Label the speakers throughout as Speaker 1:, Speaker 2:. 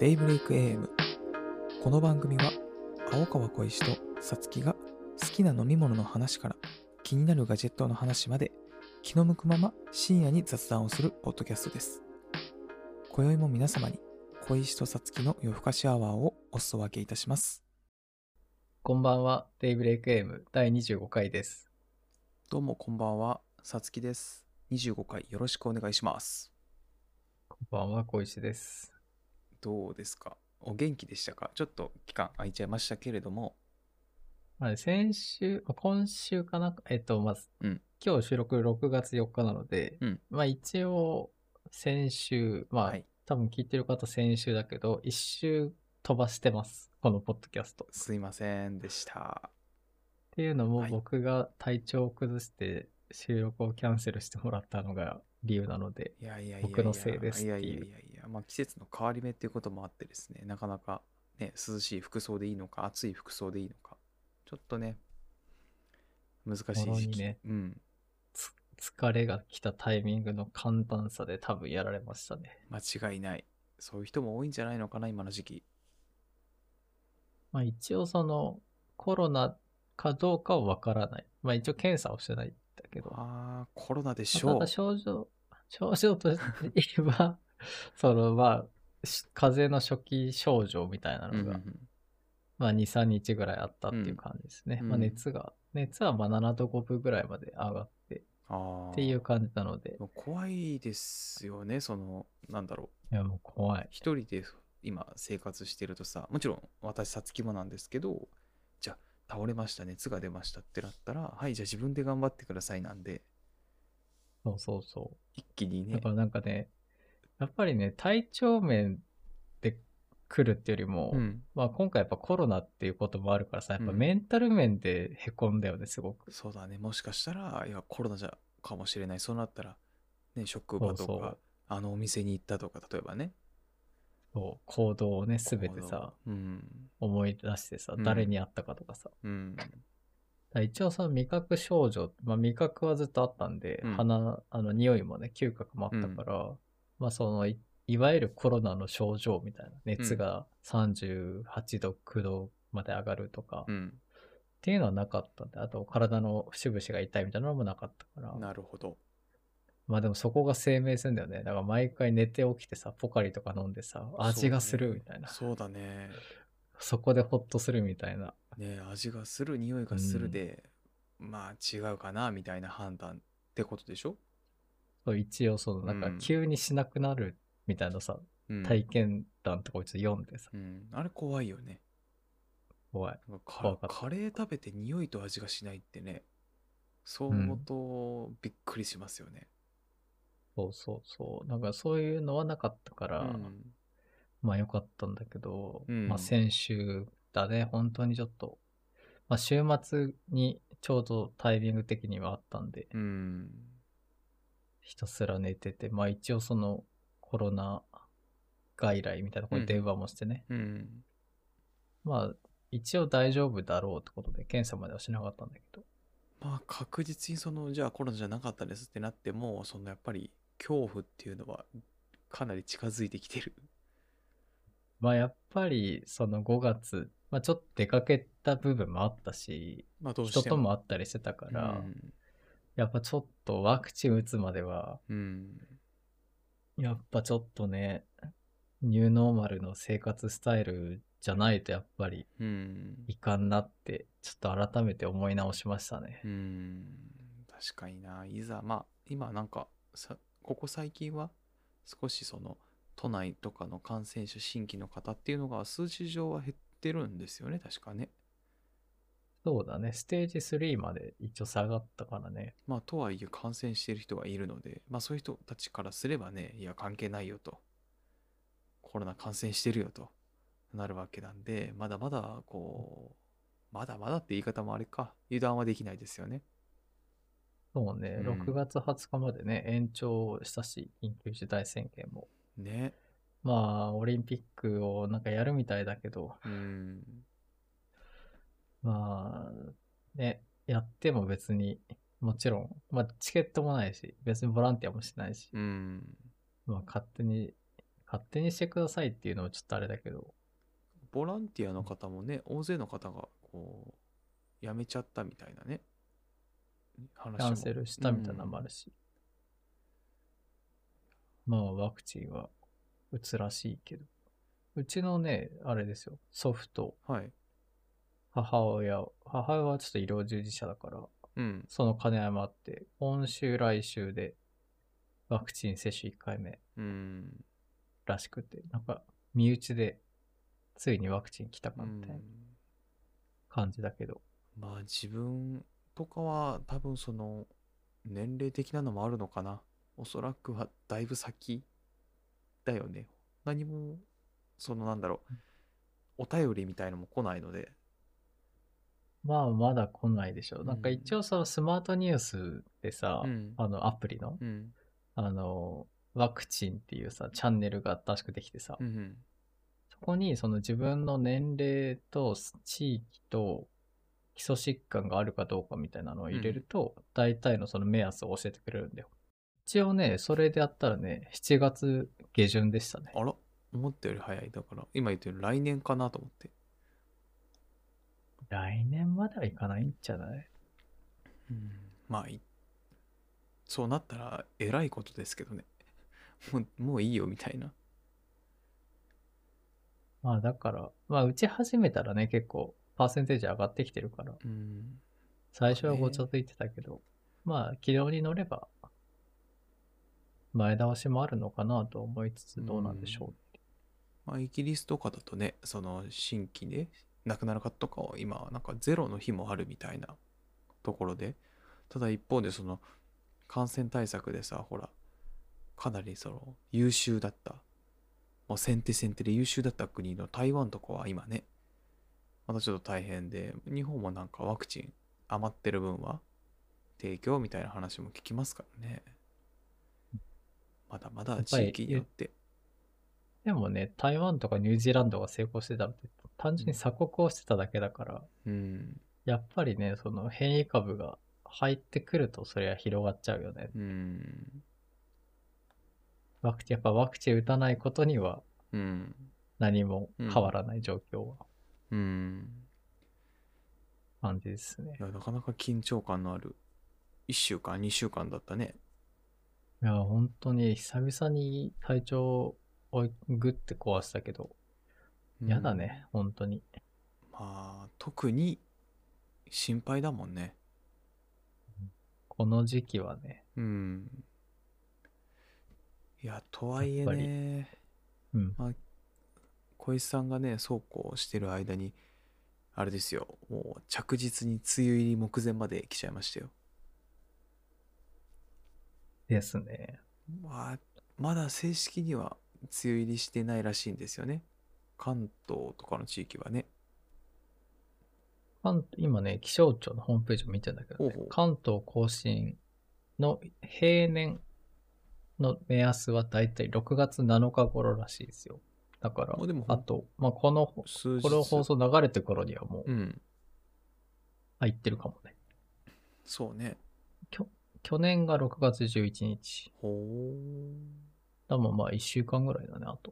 Speaker 1: デイブレイク AM この番組は青川小石とさつきが好きな飲み物の話から気になるガジェットの話まで気の向くまま深夜に雑談をするポッドキャストです今宵も皆様に小石とさつきの夜更かしアワーをお裾分けいたします
Speaker 2: こんばんは、デイブレイクエイム第25回です。
Speaker 1: どうもこんばんはさつきです25回よろしくお願いします
Speaker 2: こんばんは、小石です。
Speaker 1: どうですかお元気でしたかちょっと期間空いちゃいましたけれども
Speaker 2: まあね、先週、あ今週かなえっと、まず、
Speaker 1: うん
Speaker 2: 今日収録6月4日なので、
Speaker 1: うん
Speaker 2: まあ一応、先週、まあ、
Speaker 1: はい
Speaker 2: 多分聞いてる方先週だけど、一周飛ばしてます、このポッドキャスト。っ
Speaker 1: すいませんでした
Speaker 2: ていうの
Speaker 1: は
Speaker 2: も
Speaker 1: い
Speaker 2: 僕が体調を崩して収録をキャンセルしてもらったのが理由なので、
Speaker 1: いやいやいや
Speaker 2: 僕のせいですって
Speaker 1: や
Speaker 2: いう
Speaker 1: いやいやいや、まあ、季節の変わり目っていうこともあってですね、なかなか、ね、涼しい服装でいいのか、暑い服装でいいのか、ちょっとね、難しい
Speaker 2: もの
Speaker 1: 時
Speaker 2: に
Speaker 1: 期。
Speaker 2: ね
Speaker 1: うん、
Speaker 2: つ疲れが来たタイミングの簡単さで多分やられましたね。
Speaker 1: 間違いない。そういう人も多いんじゃないのかな、今の時期。
Speaker 2: まあ一応そのコロナかどうかはわからない。まあ一応検査をしてないんだけど。まあ
Speaker 1: ああ、コロナでしょ
Speaker 2: た
Speaker 1: う
Speaker 2: だ。症状、症状として言えば、 そのまあ、し風邪の初期症状みたいな
Speaker 1: うん
Speaker 2: の
Speaker 1: うんう
Speaker 2: が、
Speaker 1: ん
Speaker 2: まあ2、3日ぐらいあったっていう感じですね。
Speaker 1: うん
Speaker 2: まあ
Speaker 1: うん
Speaker 2: 熱が、熱はまあ7度5分ぐらいまで上がって
Speaker 1: ああ。
Speaker 2: っていう感じなので
Speaker 1: で、も怖いですよね、その、なんだろう。
Speaker 2: いやもう怖い。
Speaker 1: 一人で今生活してるとさもちろん私さつきもなんですけどじゃあ倒れました熱が出ましたってなったらはいじゃあ自分で頑張ってくださいなんで
Speaker 2: そうそうそう。
Speaker 1: 一気に
Speaker 2: だ
Speaker 1: ね
Speaker 2: からなんかね、やっぱりね、体調面で来るってよりも、
Speaker 1: うん
Speaker 2: まあ今回やっぱコロナっていうこともあるからさ、やっぱ
Speaker 1: うん
Speaker 2: メンタル面でへこんだよね、すごく。
Speaker 1: そうだねもしかしたらいやコロナじゃかもしれないそうなったらね職場とか
Speaker 2: そうそう
Speaker 1: あのお店に行ったとか例えばね
Speaker 2: そう行動をね、すべてさ、
Speaker 1: うん
Speaker 2: 思い出してさ
Speaker 1: う、ん
Speaker 2: 誰に会ったかとかさ。
Speaker 1: うん
Speaker 2: だから一応さ、味覚症状、まあ味覚はずっとあったんで、
Speaker 1: うん
Speaker 2: 鼻、あの匂いもね、嗅覚もあったから、まあそのい、いわゆるコロナの症状みたいな、熱が38度、9度まで上がるとか、
Speaker 1: うん
Speaker 2: っていうのはなかったんで、あと体の節々が痛いみたいなのもなかったから、
Speaker 1: なるほど
Speaker 2: まあでもそこが生命線だよね。だから毎回寝て起きてさ、ポカリとか飲んでさ、味がするみたいな。そ,、
Speaker 1: そうだね
Speaker 2: こでホッとするみたいな。
Speaker 1: ね味がする匂いがす
Speaker 2: う
Speaker 1: る
Speaker 2: ん
Speaker 1: で、まあ違うかなみたいな判断ってことでしょ、
Speaker 2: そう一応その、なん
Speaker 1: う
Speaker 2: か
Speaker 1: ん
Speaker 2: 急にしなくなるみたいなさ、
Speaker 1: うん、
Speaker 2: 体験談とかをちょっと読んでさ、
Speaker 1: うん、あれ怖いよね。
Speaker 2: 怖い。
Speaker 1: なんかカ
Speaker 2: 怖かった
Speaker 1: カレー食べて匂いと味がしないってね、そう思うとびっくりしますよね。
Speaker 2: そうそうそう。なんかそういうのはなかったか
Speaker 1: う
Speaker 2: ら、
Speaker 1: ん
Speaker 2: まあ良かったんだけど、
Speaker 1: うん
Speaker 2: まあ先週だね、本当にちょっと、まあ週末にちょうどタイミング的にはあったんで、
Speaker 1: うん。
Speaker 2: ひたすら寝てて、まあ一応そのコロナ外来みたいなとこに電話もしてね、
Speaker 1: うん。
Speaker 2: まあ一応大丈夫だろうってことで検査まではしなかったんだけど、
Speaker 1: まあ確実にその、じゃあコロナじゃなかったですってなっても、そのやっぱり恐怖っていうのはかなり近づいてきてる。
Speaker 2: まあやっぱりその5月、まあちょっと出かけた部分もあったし、
Speaker 1: まあどうして
Speaker 2: 人
Speaker 1: も。
Speaker 2: とも会ったりしてたから、やっぱちょっとワクチン打つまでは、
Speaker 1: うん。うん。
Speaker 2: やっぱちょっとね、ニューノーマルの生活スタイルじゃないとやっぱり
Speaker 1: うん。
Speaker 2: いかんなって、ちょっと改めて思い直しましたね
Speaker 1: う。ん確かにないざまあ今なんかさここ最近は少しその都内とかの感染者新規の方っていうのが数字上は減ってるんですよね確かね
Speaker 2: そうだね、ステージ3まで一応下がったからね。
Speaker 1: まあとはいえ感染してる人がいるのでまあそういう人たちからすればねいや関係ないよとコロナ感染してるよとなるわけなんでまだまだこうまだまだって言い方もあれか油断はできないですよね
Speaker 2: そうね、
Speaker 1: うん
Speaker 2: 6月20日までね、延長したし、緊急事態宣言も。
Speaker 1: ね
Speaker 2: まあ、オリンピックをなんかやるみたいだけど、
Speaker 1: うん
Speaker 2: まあ、ね、やっても別に、もちろん、まあチケットもないし、別にボランティアもしないし、
Speaker 1: うん
Speaker 2: まあ、勝手に勝手にしてくださいっていうのもちょっとあれだけど、
Speaker 1: ボランティアの方もね、大勢の方がこう、辞めちゃったみたいなね、話も
Speaker 2: キャンセルしたみたいなのもあるし。まあ、ワクチンは打つらしいけど。うちのね、あれですよ、祖父と
Speaker 1: うんはい。
Speaker 2: 母親、母親はちょっと医療従事者だから、
Speaker 1: うん。
Speaker 2: その兼ね合いもあって、今週来週でワクチン接種1回目
Speaker 1: うん。
Speaker 2: らしくて、なんか身内でついにワクチン来たか
Speaker 1: う
Speaker 2: みたいなん感じだけど、
Speaker 1: まあ自分とかは多分その年齢的なのもあるのかな。おそらくはだいぶ先だよね。何も、そのなんだろう、お便りみたいのも来ないので。
Speaker 2: まあまだ来ないでしょ
Speaker 1: う
Speaker 2: う。
Speaker 1: ん
Speaker 2: なんか一応そのスマートニュースでさ、
Speaker 1: うん。
Speaker 2: あのアプリの、
Speaker 1: うん。
Speaker 2: あの、ワクチンっていうさ、チャンネルが新しくできてさ、
Speaker 1: うん。
Speaker 2: そこにその自分の年齢と地域と基礎疾患があるかどうかみたいなのを入れると、大体のその目安を教えてくれるんだよ。一応ね、それでやったらね、7月下旬でしたね。
Speaker 1: あら、思ったより早い。だから、今言ってる来年かなと思って。
Speaker 2: 来年まではいかないんじゃない
Speaker 1: うん、まあいそうなったらえらいことですけどねもうもういいよみたいな
Speaker 2: まあだから、まあ打ち始めたらね、結構パーセンテージ上がってきてるから、
Speaker 1: うん
Speaker 2: 最初はごちゃついてたけど、まあ軌道に乗れば、前倒しもあるのかなと思いつつどうなんでしょう。
Speaker 1: まあイギリスとかだとねその新規で亡くなる方とかを今なんかゼロの日もあるみたいなところでただ一方でその感染対策でさほらかなりその優秀だったもう先手先手で優秀だった国の台湾とかは今ねまたちょっと大変で日本もなんかワクチン余ってる分は提供みたいな話も聞きますからねまだまだ地域によって
Speaker 2: でもね、台湾とかニュージーランドが成功してたのって、単純に鎖国をしてただけだから、
Speaker 1: うん
Speaker 2: やっぱりね、その変異株が入ってくると、それは広がっちゃうよね。
Speaker 1: うん
Speaker 2: ワクチン、やっぱワクチン打たないことには
Speaker 1: うん。
Speaker 2: 何も変わらない状況は
Speaker 1: うん。
Speaker 2: 感じですね
Speaker 1: い。や、なかなか緊張感のある1週間、2週間だったね。
Speaker 2: いや、本当に久々に体調をグって壊したけど、
Speaker 1: うん
Speaker 2: やだ。ね、本当に。
Speaker 1: まあ、特に心配だもんね。
Speaker 2: この時期はね、
Speaker 1: うん。いや、とはいえ
Speaker 2: やっぱ
Speaker 1: ね、
Speaker 2: うん。
Speaker 1: 小石さんがね、そうこうしてる間に、あれですよ、もう着実に梅雨入り目前まで来ちゃいましたよ。
Speaker 2: ですね。
Speaker 1: まあ、まだ正式には梅雨入りしてないらしいんですよね。関東とかの地域はね。
Speaker 2: 関今ね、気象庁のホームページを見てんだけど、ね
Speaker 1: ほうほう
Speaker 2: 関東甲信の平年の目安はだいたい6月7日頃らしいですよ。だから、
Speaker 1: まあでも
Speaker 2: あと、まあ、この、こ
Speaker 1: 数日
Speaker 2: の放送流れてる頃にはもう
Speaker 1: うん。
Speaker 2: 入ってるかもね。
Speaker 1: そうね。
Speaker 2: 去年が6月11日。
Speaker 1: ほ
Speaker 2: だもんまあ1週間ぐらいだね、あと。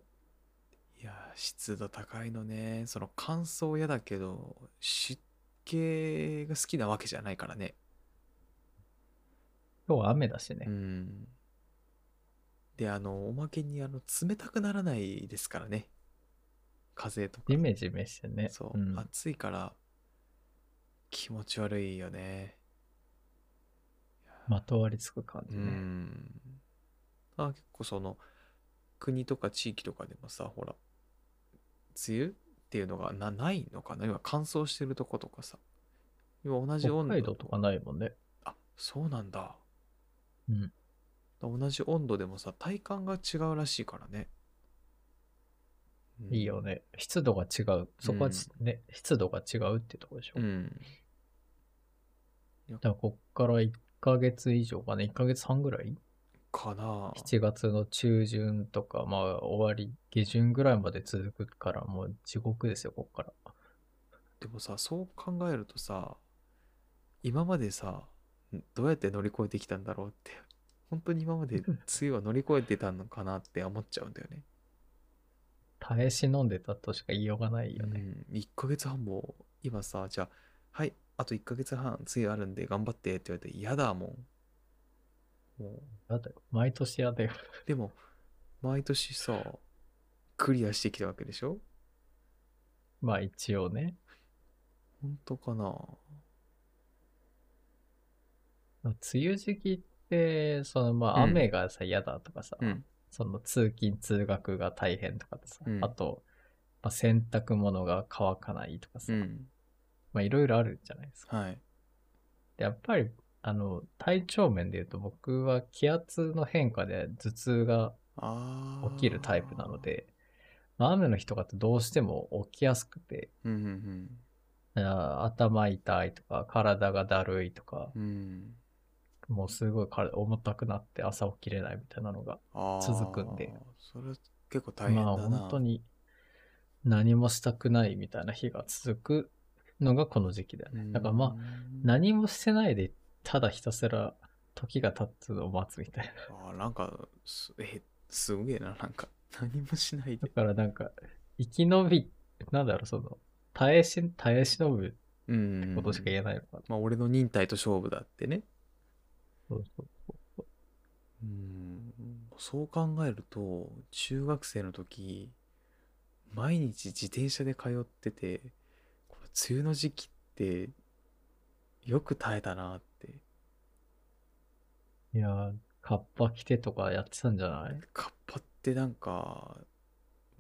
Speaker 1: う。いやー、湿度高いのね。その乾燥嫌だけど、湿気が好きなわけじゃないからね。
Speaker 2: 今日は雨だしね。
Speaker 1: うん。で、あの、おまけにあの冷たくならないですからね。風とか
Speaker 2: ジ。メジメしてね。
Speaker 1: そう、
Speaker 2: ん
Speaker 1: 暑いから気持ち悪いよね。
Speaker 2: まとわりつく感
Speaker 1: う
Speaker 2: じね。
Speaker 1: ん。あ結構その国とか地域とかでもさほら梅雨っていうのがなないのかな今乾燥してるとことかさ今同じ
Speaker 2: 北
Speaker 1: 温
Speaker 2: 海
Speaker 1: 度
Speaker 2: 道とかないもんね。
Speaker 1: あそうなんだ
Speaker 2: うん。
Speaker 1: 同じ温度でもさ体感が違うらしいからね、うん
Speaker 2: いいよね。湿度が違う。そこはちね、湿度が違うってとこでしょ。
Speaker 1: うん
Speaker 2: だからこっから1ヶ月以上かね、1ヶ月半ぐらい
Speaker 1: かな
Speaker 2: ?7 月の中旬とか、まあ終わり、下旬ぐらいまで続くから、もう地獄ですよ、こっから。
Speaker 1: でもさそう考えるとさ今までさんどうやって乗り越えてきたんだろうって本当に今まで梅雨は乗り越えてたのかなって思っちゃうんだよね。
Speaker 2: 耐え忍んでたとしか言いようが ないよね。
Speaker 1: うん、1ヶ月半も今さじゃあはいあと1ヶ月半次あるんで頑張ってって言われて嫌だもんもう
Speaker 2: だって、毎年やだよ。
Speaker 1: でも毎年さクリアしてきたわけでしょ
Speaker 2: まあ一応ね。
Speaker 1: 本当かな
Speaker 2: 梅雨時期って、そのまあ
Speaker 1: うん
Speaker 2: 雨がさ、嫌だとかさ、
Speaker 1: うん
Speaker 2: その通勤通学が大変とかさ、
Speaker 1: うん
Speaker 2: あと、まあ、洗濯物が乾かないとかさ、
Speaker 1: うん
Speaker 2: まあいろいろあるじゃないですか。
Speaker 1: はい
Speaker 2: でやっぱり、あの、体調面で言うと僕は気圧の変化で頭痛が
Speaker 1: あー
Speaker 2: 起きるタイプなので、まあ雨の日とかってどうしても起きやすくて、
Speaker 1: うんうん
Speaker 2: あー頭痛いとか、体がだるいとか、
Speaker 1: うんうん
Speaker 2: もうすごい体重たくなって朝起きれないみたいなのが、
Speaker 1: あー
Speaker 2: 続くんで
Speaker 1: それは結構大変だ
Speaker 2: ま
Speaker 1: な、
Speaker 2: あ本当に何もしたくないみたいな日が続くのがこの時期だよね。だからまあ
Speaker 1: あ
Speaker 2: 何もしてないで、ただひたすら時が経つのを待つみたいな。
Speaker 1: あーなんかすえすげえななんか何もしない
Speaker 2: だ
Speaker 1: で
Speaker 2: からなんか、生き延び、なんだろう、その、耐えし、耐え忍ぶ
Speaker 1: うん
Speaker 2: ことしか言えないのかな。
Speaker 1: まあ俺の忍耐と勝負だってね
Speaker 2: そうそう
Speaker 1: うんそう考えると中学生の時毎日自転車で通っててこの梅雨の時期ってよく耐えたなって
Speaker 2: いやー、カッパ着てとかやってたんじゃない
Speaker 1: カッパってなんか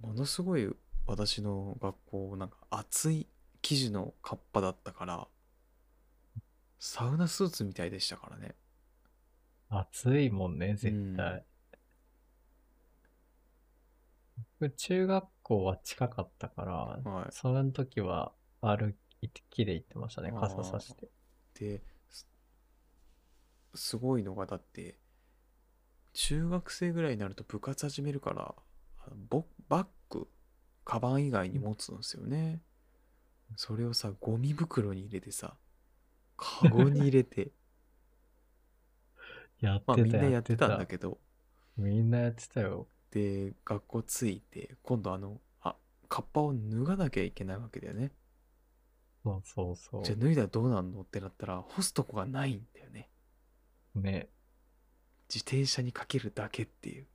Speaker 1: ものすごい私の学校なんか厚い生地のカッパだったからサウナスーツみたいでしたからね
Speaker 2: 暑いもんね、絶対。僕中学校は近かったから、
Speaker 1: はい
Speaker 2: その時は歩いて、木で行ってましたね、
Speaker 1: あー
Speaker 2: 傘さして。
Speaker 1: ですすごいのがだって中学生ぐらいになると部活始めるからあのボバッグカバン以外に持つんですよね、それをさゴミ袋に入れてさカゴに入れて
Speaker 2: やって
Speaker 1: まあ
Speaker 2: た、
Speaker 1: みんなやってたんだ
Speaker 2: ど。
Speaker 1: けど
Speaker 2: みんなやってたよ。
Speaker 1: で学校着いて今度あのあカッパを脱がなきゃいけないわけだよね
Speaker 2: そうそうそ
Speaker 1: じゃあ脱いだらどうなんのってなったら干すとこがないんだよね
Speaker 2: う。ね。
Speaker 1: 自転車にかけるだけっていう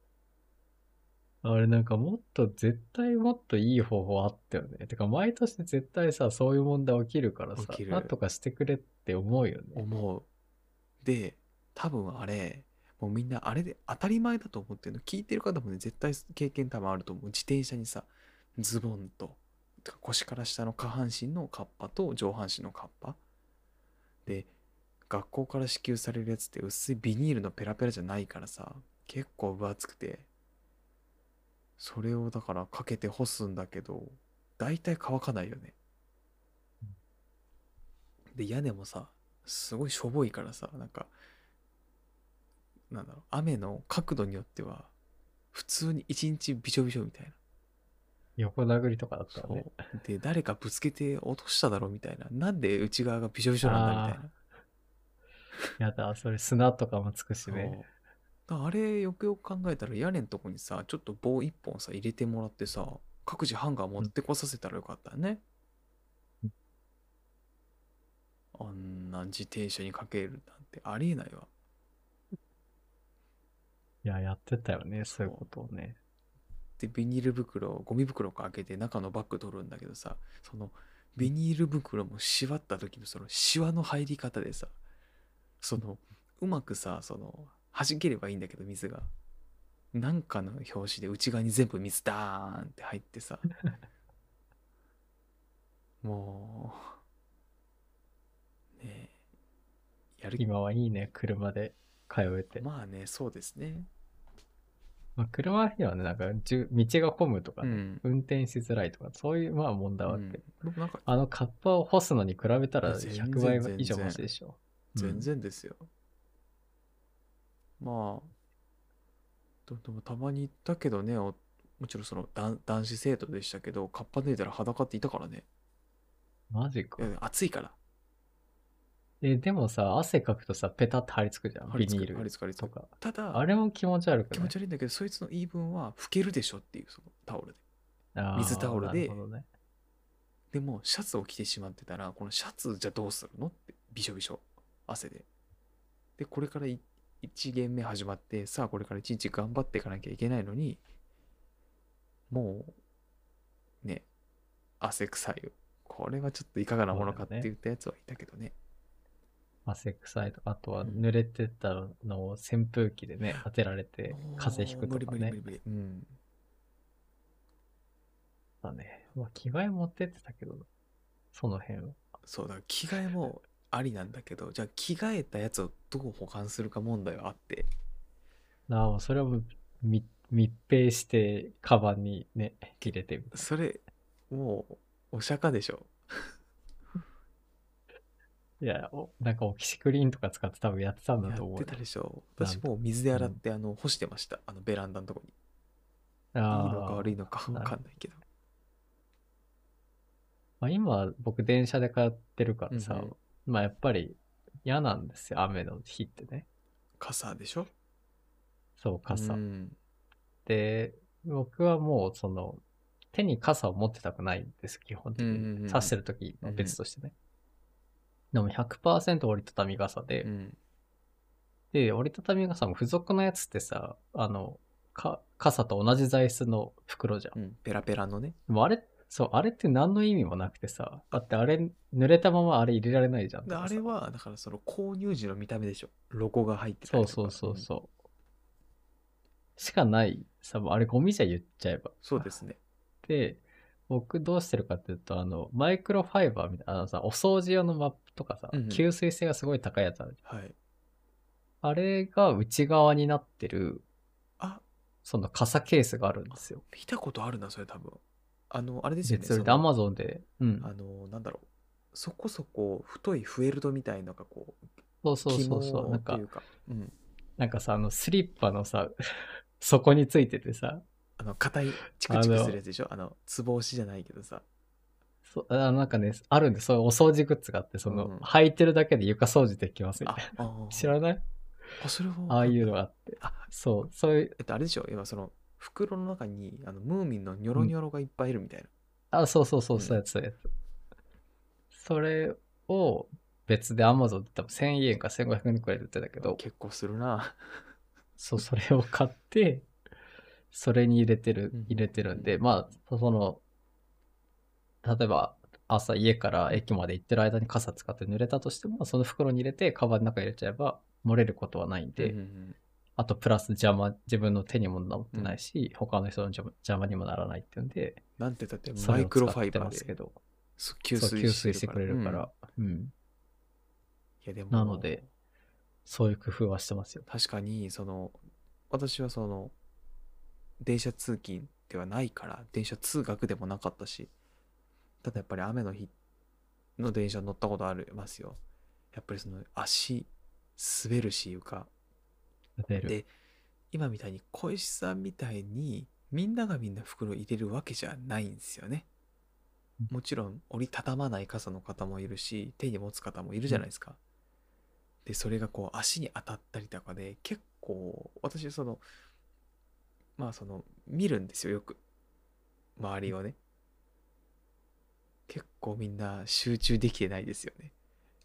Speaker 2: あれなんかもっと絶対もっといい方法あったよね。てか毎年絶対さ、そういう問題起きるからさ
Speaker 1: 起き、る
Speaker 2: なんとかしてくれって思うよね。
Speaker 1: 思うで多分あれもうみんなあれで当たり前だと思ってるの聞いてる方もね絶対経験多分あると思う自転車にさズボンとてか腰から下の下半身のカッパと上半身のカッパで学校から支給されるやつって薄いビニールのペラペラじゃないからさ結構分厚くてそれをだからかけて干すんだけど大体乾かないよねで屋根もさすごいしょぼいからさなんかなんだろう雨の角度によっては普通に一日びしょびしょみたいな
Speaker 2: 横殴りとかだった
Speaker 1: そ
Speaker 2: よね。
Speaker 1: うで誰かぶつけて落としただろうみたいななんで内側がびしょびしょなんだみたいな
Speaker 2: やだ、それ砂とかもつくし
Speaker 1: そう
Speaker 2: ね。
Speaker 1: だからあれよくよく考えたら屋根のとこにさちょっと棒一本さ入れてもらってさ各自ハンガー持ってこさせたらよかったね、
Speaker 2: うん
Speaker 1: あんな自転車にかけるなんてありえないわ
Speaker 2: いや、やってたよね、そういうことをね。
Speaker 1: でビニール袋ゴミ袋か開けて中のバッグ取るんだけどさそのビニール袋もしわった時のそのしわの入り方でさそのうまくさその弾ければいいんだけど水がなんかの拍子で内側に全部水ダーンって入って さもうねえやる気
Speaker 2: 今はいいね、車で通えて。
Speaker 1: まあねそうですね
Speaker 2: まあ、車の日はね、なんかじゅ、道が混むとか
Speaker 1: う
Speaker 2: ね、
Speaker 1: ん、
Speaker 2: 運転しづらいとか、そういう、まあ問題はあ
Speaker 1: う
Speaker 2: って。
Speaker 1: ん、でもなんか
Speaker 2: あの、カッパを干すのに比べたら
Speaker 1: 全然
Speaker 2: 100倍
Speaker 1: 全
Speaker 2: 以上
Speaker 1: 然
Speaker 2: マシでしょ。
Speaker 1: 全然ですよ。まあ、ででもたまに行ったけどね、おもちろんその男男子生徒でしたけど、カッパ脱いだら裸っていたからね。
Speaker 2: うん。マジか
Speaker 1: い。や暑いから。
Speaker 2: え、でもさ、汗かくとさ、ペタって張り付くじゃん、
Speaker 1: 張
Speaker 2: ビ
Speaker 1: り付
Speaker 2: ニ
Speaker 1: く
Speaker 2: ー
Speaker 1: 張り
Speaker 2: ル
Speaker 1: 付く張り
Speaker 2: と
Speaker 1: 付く
Speaker 2: か。
Speaker 1: ただ、
Speaker 2: あれも気持ち悪く
Speaker 1: 気
Speaker 2: な
Speaker 1: 持
Speaker 2: い
Speaker 1: ち悪いんだけど、そいつの言い分は、拭けるでしょっていう、そのタオルで。
Speaker 2: あー
Speaker 1: 水タオルで
Speaker 2: なるほどね。
Speaker 1: でもシャツを着てしまってたらこのシャツじゃどうするのってびしょびしょ汗ででこれから1限目始まってさあこれから1日頑張っていかなきゃいけないのにもうね汗臭いこれはちょっといかがなものかっ
Speaker 2: そうだ
Speaker 1: て言
Speaker 2: よね
Speaker 1: ったやつはいたけどね
Speaker 2: 汗臭いとか、あとは濡れてたのを扇風機でね、当てられて
Speaker 1: もう
Speaker 2: 風邪ひくとか
Speaker 1: 無理無
Speaker 2: ね
Speaker 1: 理。無理無理うん
Speaker 2: だね。まあ、着替え持ってってたけど、その辺は。
Speaker 1: そうだから着替えもありなんだけどじゃあ着替えたやつをどう保管するか問題はあって
Speaker 2: ああ、それはもう密密閉して、カバンにね、入れてみたいな。
Speaker 1: それもうお釈迦でしょ
Speaker 2: いや、おなんかオキシクリーンとか使って多分やってたんだ
Speaker 1: や
Speaker 2: と思
Speaker 1: っ
Speaker 2: う
Speaker 1: て
Speaker 2: よ。
Speaker 1: たでしょ
Speaker 2: なん
Speaker 1: 私もう水で洗ってあの干してましたあのベランダのとこに
Speaker 2: あ
Speaker 1: い
Speaker 2: あ
Speaker 1: いのか悪いのか
Speaker 2: な
Speaker 1: 分
Speaker 2: る
Speaker 1: かんないけど
Speaker 2: まあ、今、僕電車で通ってるからさ、
Speaker 1: うんうん
Speaker 2: まあやっぱり嫌なんですよ、雨の日ってね。
Speaker 1: 傘でしょ
Speaker 2: そう、傘。
Speaker 1: うん
Speaker 2: で、僕はもうその、手に傘を持ってたくないんです、基本的
Speaker 1: うんうんうんうん
Speaker 2: に。差してる時は別としてね。でも100%折りたたみ傘で、
Speaker 1: うん
Speaker 2: で、折りたたみ傘も付属のやつってさ、あの、か、傘と同じ材質の袋じゃん。
Speaker 1: うんペラペラのね
Speaker 2: でもあれ、そう、あれって何の意味もなくてさ、だってあれ、濡れたままあれ入れられないじゃん。
Speaker 1: であれはだからその購入時の見た目でしょロゴが入ってた
Speaker 2: そ
Speaker 1: り
Speaker 2: う
Speaker 1: とか
Speaker 2: そうそうそう。しかない。さ、もうあれゴミじゃ言っちゃえば。
Speaker 1: そうですね
Speaker 2: で、僕どうしてるかっていうと、あの、マイクロファイバーみたいな、あのさ、お掃除用のマップとかさ、
Speaker 1: うんうん
Speaker 2: 吸水性がすごい高いやつあるじ
Speaker 1: はい
Speaker 2: ゃん。あれが内側になってる、
Speaker 1: あ
Speaker 2: その傘ケースがあるんですよ。
Speaker 1: 見たことあるなそれ多分あのあれですよね
Speaker 2: 実用で
Speaker 1: そ
Speaker 2: ア
Speaker 1: の
Speaker 2: マゾンで。うん。
Speaker 1: あのなんだろうそこそこ太いフェルトみたいのがこう
Speaker 2: そうそうそうそ
Speaker 1: 紐
Speaker 2: う。なん
Speaker 1: と
Speaker 2: か
Speaker 1: いう、かうん
Speaker 2: なんかさ、あの、スリッパのさ、 底についててさ、
Speaker 1: あの硬いチクチクするやつでしょあのつぼ押しじゃないけど さ
Speaker 2: そあのなんかね、あるんで、そういうお掃除グッズがあって、その、
Speaker 1: うん
Speaker 2: 履いてるだけで床掃除できますみたい
Speaker 1: あ
Speaker 2: な。
Speaker 1: あ
Speaker 2: 知らない
Speaker 1: あそれは
Speaker 2: ああいうのがあって。
Speaker 1: あ
Speaker 2: そう、そういう、
Speaker 1: えっとあれでしょ今その袋の中にあのムーミンのニョロニョロがいっぱいいるみたいな、
Speaker 2: あ、そうそうそうう、
Speaker 1: ん
Speaker 2: そうやつ、そうやつ。それを別で Amazon で多分1000円か1500円くらいで売ってたけど、
Speaker 1: 結構するな
Speaker 2: そう、それを買って、それに入れてる
Speaker 1: うん、
Speaker 2: 入れてるんで、まあ、その、例えば朝家から駅まで行ってる間に傘使って濡れたとしても、その袋に入れて、カバンの中に入れちゃえば漏れることはないんで、
Speaker 1: うんうん
Speaker 2: あとプラス邪魔、自分の手にもなってないし、他の人の邪魔邪魔にもならないっていうんで、
Speaker 1: なんてだって
Speaker 2: そ
Speaker 1: マ
Speaker 2: れ
Speaker 1: イ
Speaker 2: を
Speaker 1: ク
Speaker 2: 使
Speaker 1: ロファ
Speaker 2: っ
Speaker 1: イ
Speaker 2: て
Speaker 1: バ
Speaker 2: ま
Speaker 1: ー
Speaker 2: すけ
Speaker 1: で
Speaker 2: ど、
Speaker 1: す
Speaker 2: 吸
Speaker 1: 吸
Speaker 2: 水吸水してくれる
Speaker 1: う
Speaker 2: か
Speaker 1: んい
Speaker 2: ら、うん。
Speaker 1: やでも
Speaker 2: なのでそういう工夫はしてますよ。
Speaker 1: 確かにその私はその電車通勤ではないから電車通学でもなかったしただやっぱり雨の日の電車乗ったことありますよやっぱりその足滑るし床
Speaker 2: 出る。
Speaker 1: で今みたいに小石さんみたいにみんながみんな袋入れるわけじゃないんですよね
Speaker 2: う
Speaker 1: もちろん折りたたまない傘の方もいるし手に持つ方もいるじゃないですか、でそれがこう足に当たったりとかで結構私そのまあその見るんですよよく周りをね結構みんな集中できてないですよね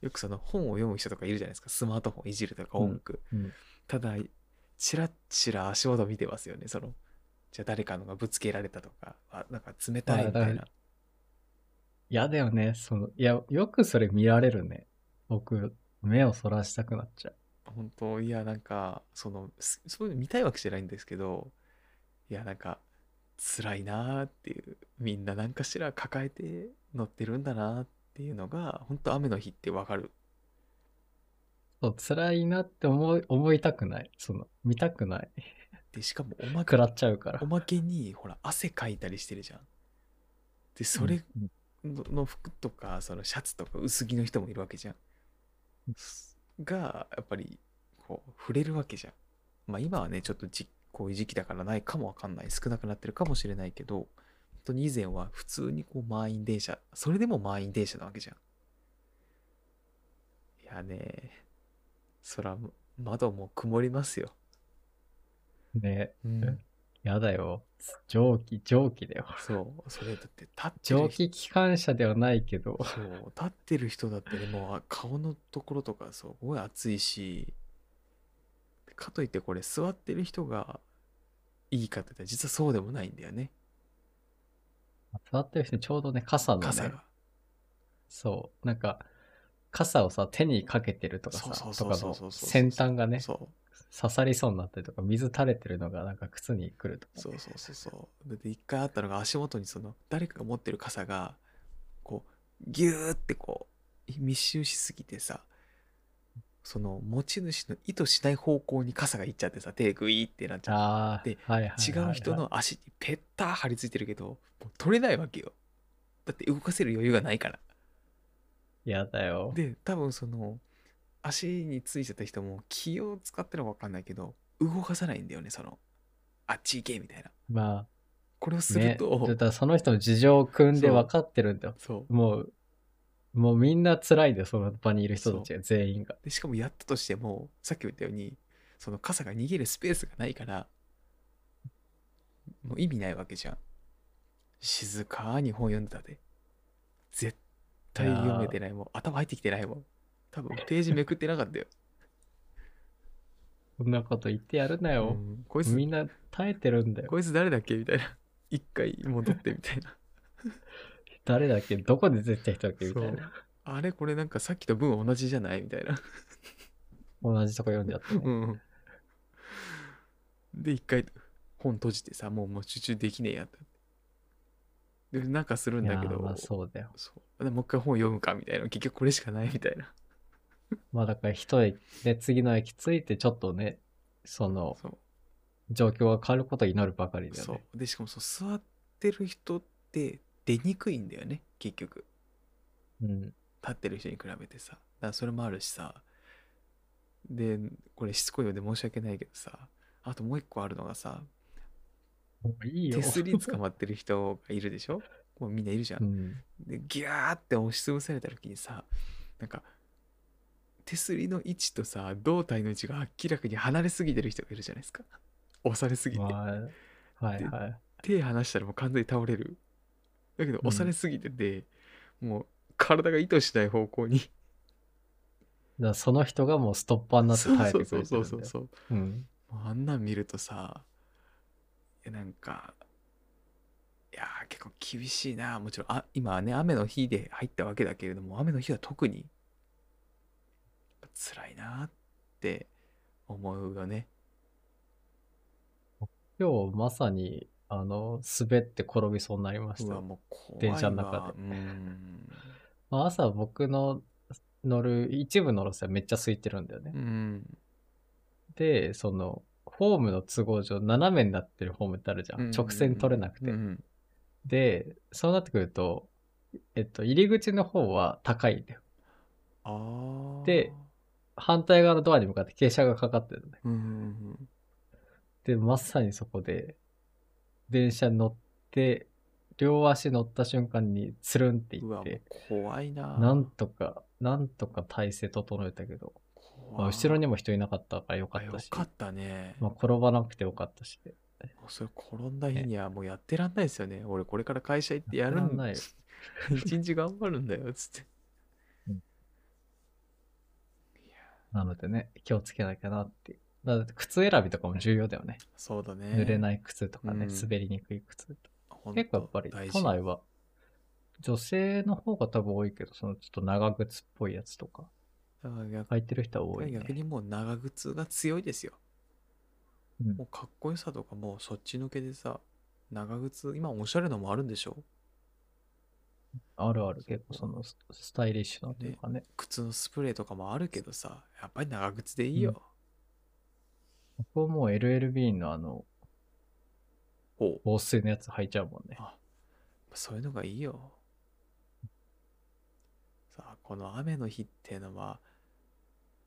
Speaker 1: よくその本を読む人とかいるじゃないですかスマートフォンいじるとか音楽、
Speaker 2: うん
Speaker 1: ただチラッチラ足元見てますよねそのじゃあ誰かのがぶつけられたとかあなんか冷たいみた
Speaker 2: あ
Speaker 1: い
Speaker 2: だか
Speaker 1: な
Speaker 2: ら嫌だよね。その、いや、よくそれ見られるね。僕、目をそらしたくなっちゃう。
Speaker 1: 本当いやなんかそのすそういうの見たいわけじゃないんですけどいやなんか辛いなーっていうみんななんかしら抱えて乗ってるんだなーっていうのが本当雨の日ってわかる
Speaker 2: そう、辛いなって思い、思いたくない。その、見たくない。
Speaker 1: でしかもおま
Speaker 2: 食
Speaker 1: け
Speaker 2: らっちゃうから
Speaker 1: お。まけにほら汗かいたりしてるじゃんでそれ
Speaker 2: うん
Speaker 1: のの服とかそのシャツとか薄着の人もいるわけじゃん。すがやっぱりこう触れるわけじゃん。まあ今はねちょっとじこういう時期だからないかもわかんない少なくなってるかもしれないけど本当に以前は普通にこう満員電車それでも満員電車なわけじゃん。いやねそら窓も曇りますよ。
Speaker 2: ね。
Speaker 1: うん
Speaker 2: やだよ。蒸気、蒸気だよ。
Speaker 1: そう、それだって立って
Speaker 2: 蒸
Speaker 1: る人
Speaker 2: 気機関車ではないけど。
Speaker 1: そう立ってる人だってねもうあ顔のところとかすごい暑いしかといってこれ座ってる人がいいかって言ったら実はそうでもないんだよね
Speaker 2: 座ってる人ちょうどね、傘の、ね、
Speaker 1: 傘が
Speaker 2: そう。なんか、傘をさ、手にかけてるとか
Speaker 1: そ
Speaker 2: さ
Speaker 1: う、そ
Speaker 2: と
Speaker 1: う
Speaker 2: か
Speaker 1: そうそうそう
Speaker 2: の
Speaker 1: そう
Speaker 2: 先端がね、
Speaker 1: そ
Speaker 2: 刺さりそうになったりとか、水垂れてるのがなんか靴に来ると
Speaker 1: う
Speaker 2: か
Speaker 1: そ
Speaker 2: ね、
Speaker 1: うそうそうそうだって一回あったのが足元にその誰かが持ってる傘がこうギューってこう密集しすぎてさその持ち主の意図しない方向に傘がいっちゃってさ手グイーってなっちゃってで
Speaker 2: ああ、はいはいはい
Speaker 1: 違
Speaker 2: はいう
Speaker 1: 人の足にペッター張り付いてるけど、もう取れないわけよ。だって動かせる余裕がないから。
Speaker 2: やだよ。
Speaker 1: で、多分その、足についちゃった人も気を使ってるのか分かんないけど、動かさないんだよね、その、あっち行けみたいな。
Speaker 2: ま
Speaker 1: これをす
Speaker 2: あ、ね
Speaker 1: る、と、
Speaker 2: だからその人の事情を組んで
Speaker 1: そう
Speaker 2: 分かってるんだよ。
Speaker 1: そう。
Speaker 2: もう、もうみんな辛いんだよ、その場にいる人たちが全員が。
Speaker 1: で、しかもやったとしても、さっきも言ったように、その傘が逃げるスペースがないから、もう意味ないわけじゃん。静かに本読んでたで。絶対読めてないもん。頭入ってきてないもん。多分ページめくってなかったよ。
Speaker 2: そんなこと言ってやるな
Speaker 1: う
Speaker 2: よ。
Speaker 1: んこいつ、
Speaker 2: みんな耐えてるんだよ。
Speaker 1: こいつ誰だっけみたいな。一回戻ってみたいな。
Speaker 2: 誰だっけどこで出てきたっけみたい
Speaker 1: そ
Speaker 2: な。
Speaker 1: あれこれなんかさっきと文同じじゃないみたいな。
Speaker 2: 同じとこ読んじゃったね、
Speaker 1: うん。で、一回本閉じてさ、もうもう集中できねえやって。で、なんかするん
Speaker 2: いや
Speaker 1: だけ
Speaker 2: ー
Speaker 1: ど。
Speaker 2: まあそうだよ。
Speaker 1: そうでもう一回本読むかみたいな結局これしかないみたいな
Speaker 2: まあだから一駅で次の駅着いてちょっとね、その
Speaker 1: そう
Speaker 2: 状況が変わることを祈るばかりだよ
Speaker 1: そ
Speaker 2: ね。
Speaker 1: うでしかもそう座ってる人って出にくいんだよね結局
Speaker 2: うん。
Speaker 1: 立ってる人に比べてさだからそれもあるしさでこれしつこいようで申し訳ないけどさあともう一個あるのがさ
Speaker 2: もういいよ。
Speaker 1: 手すり捕まってる人がいるでしょもうみんないるじゃん
Speaker 2: うん。
Speaker 1: でギャーって押しつぶされた時にさなんか手すりの位置とさ胴体の位置が明らかに離れすぎてる人がいるじゃないですか押されすぎて、
Speaker 2: まあ、はいはい。
Speaker 1: 手離したらもう完全に倒れるだけど
Speaker 2: うん
Speaker 1: 押されすぎてて、もう体が意図しない方向に
Speaker 2: だからその人がもうストッパーになって
Speaker 1: そう
Speaker 2: 耐え
Speaker 1: そう
Speaker 2: てく
Speaker 1: そ
Speaker 2: れ
Speaker 1: う
Speaker 2: てる
Speaker 1: そ
Speaker 2: ん
Speaker 1: うそうそう
Speaker 2: だようん。
Speaker 1: もうあんなん見るとさいやなんかいやー結構厳しいなもちろんあ今はね雨の日で入ったわけだけれども雨の日は特にやっぱ辛いなって思うよね
Speaker 2: 今日まさに、あの、滑って転びそうになりまし
Speaker 1: う
Speaker 2: た
Speaker 1: わ。もう怖いわ
Speaker 2: 電車の中
Speaker 1: でうん
Speaker 2: まあ、朝僕の乗る、一部の路線めっちゃ空いてるんだよね。
Speaker 1: うん
Speaker 2: で、その、ホームの都合上、斜めになってるホームってあるじゃん。直線取れなくて。
Speaker 1: うん
Speaker 2: で、そうなってくると、えっと、入り口の方は高いんだよ。
Speaker 1: あー
Speaker 2: で反対側のドアに向かって傾斜がかかってるのね。
Speaker 1: うんうん
Speaker 2: で、まさにそこで、電車に乗って、両足乗った瞬間につるんっていうっ
Speaker 1: わも
Speaker 2: て
Speaker 1: う、怖いな
Speaker 2: なんとか、なんとか体勢整えたけど、まあ、後ろ
Speaker 1: に
Speaker 2: にも人いなかったからよか
Speaker 1: あ
Speaker 2: った
Speaker 1: よ
Speaker 2: し、
Speaker 1: かったね、
Speaker 2: まあ、転ばなくてよかったし、
Speaker 1: もうそれ転んだ日にはもうやってらんないですよね。俺これから会社行ってやる
Speaker 2: やっ
Speaker 1: ん
Speaker 2: てらんないよ
Speaker 1: 一日頑張るんだよ、つって。
Speaker 2: なのでね、気をつけなきゃなっていう。だって靴選びとかも重要だよね。
Speaker 1: そうだね。
Speaker 2: 濡れない靴とかね、
Speaker 1: うん
Speaker 2: 滑りにくい靴とか。
Speaker 1: ほんと
Speaker 2: 結構やっぱり
Speaker 1: 大事
Speaker 2: 都内は女性の方が多分多いけどそのちょっと長靴っぽいやつとか
Speaker 1: だから逆
Speaker 2: 履いてる人は多い、ね、
Speaker 1: 逆にもう長靴が強いですよ。
Speaker 2: うん
Speaker 1: もうかっこよさとかもうそっちのけでさ、長靴、今おしゃれのもあるんでしょ
Speaker 2: あるある結構そのススタイリッシュなというかね
Speaker 1: 靴のスプレーとかもあるけどさ、やっぱり長靴でいいよ。
Speaker 2: 僕はもう LLB のあの
Speaker 1: ほう。
Speaker 2: 防水のやつ履いちゃうもんね
Speaker 1: あ、そういうのがいいよ。さあ、この雨の日っていうのは、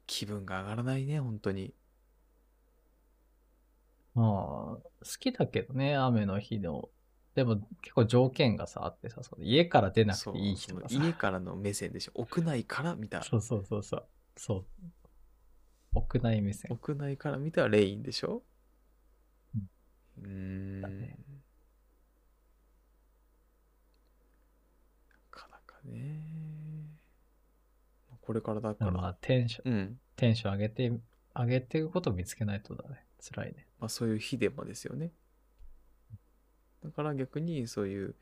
Speaker 1: 気分が上がらないね、本当に。
Speaker 2: まあ好きだけどね雨の日のでも結構条件がさあってさその家から出なくていい人がさ
Speaker 1: そう家からの目線でしょ屋内から見た
Speaker 2: そうそうそうそうそう屋内目線
Speaker 1: 屋内から見たらレインでしょ、
Speaker 2: うん
Speaker 1: うーん。
Speaker 2: だ
Speaker 1: な
Speaker 2: ね
Speaker 1: かなかね。これからだか
Speaker 2: ま
Speaker 1: ら。
Speaker 2: あまあ、テンション、
Speaker 1: うん。
Speaker 2: テンション上げて、上げていくことを見つけないとだね。辛いね。
Speaker 1: まあそういう非でもですよね。だから逆にそういう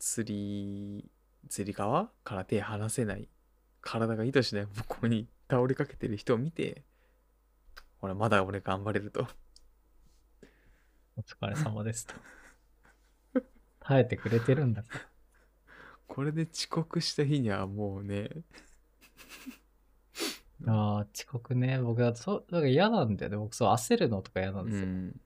Speaker 1: 釣り、釣り革から手離せない、体が意図しない向こうに倒れかけてる人を見て、俺まだ俺頑張れると。
Speaker 2: お疲れ様ですと。耐えてくれてるんだから。
Speaker 1: これで遅刻した日にはもうね、
Speaker 2: ああ、遅刻ね。僕は、そう、だから嫌なんだよね。僕、そう、焦るのとか嫌な
Speaker 1: うん
Speaker 2: ですよ。
Speaker 1: ん、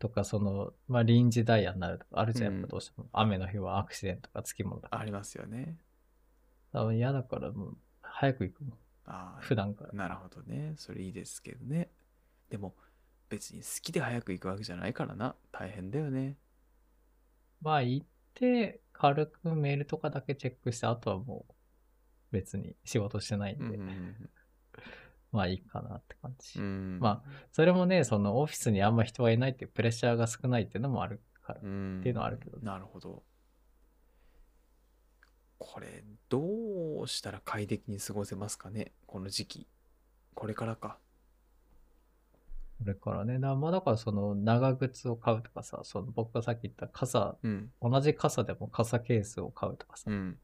Speaker 2: とか、その、まあ、臨時ダイヤになるとか、あるじゃん、
Speaker 1: うん
Speaker 2: やっぱどうしても。雨の日はアクシデントがつきものだか
Speaker 1: ありますよね。
Speaker 2: ら。多分嫌だから、もう、早く行くもん。
Speaker 1: ああ
Speaker 2: 普段から。
Speaker 1: なるほどね。それいいですけどね。でも別に好きで早く行くわけじゃないからな。大変だよね。
Speaker 2: まあ、行って、軽くメールとかだけチェックして、あとはもう、別に仕事してないん
Speaker 1: うん
Speaker 2: で、
Speaker 1: うん
Speaker 2: まあいいかなって感じ。
Speaker 1: うん。
Speaker 2: まあ、それもね、その、オフィスにあんま人がいないっていうプレッシャーが少ないっていうのもあるから。
Speaker 1: うん
Speaker 2: っていうのはあるけどね
Speaker 1: なるほどこれどうしたら快適に過ごせますかねこの時期これからか
Speaker 2: これからね、だまあだからその長靴を買うとかさ、その僕がさっき言った傘、
Speaker 1: うん
Speaker 2: 同じ傘でも傘ケースを買うとかさ、
Speaker 1: う
Speaker 2: っ
Speaker 1: ん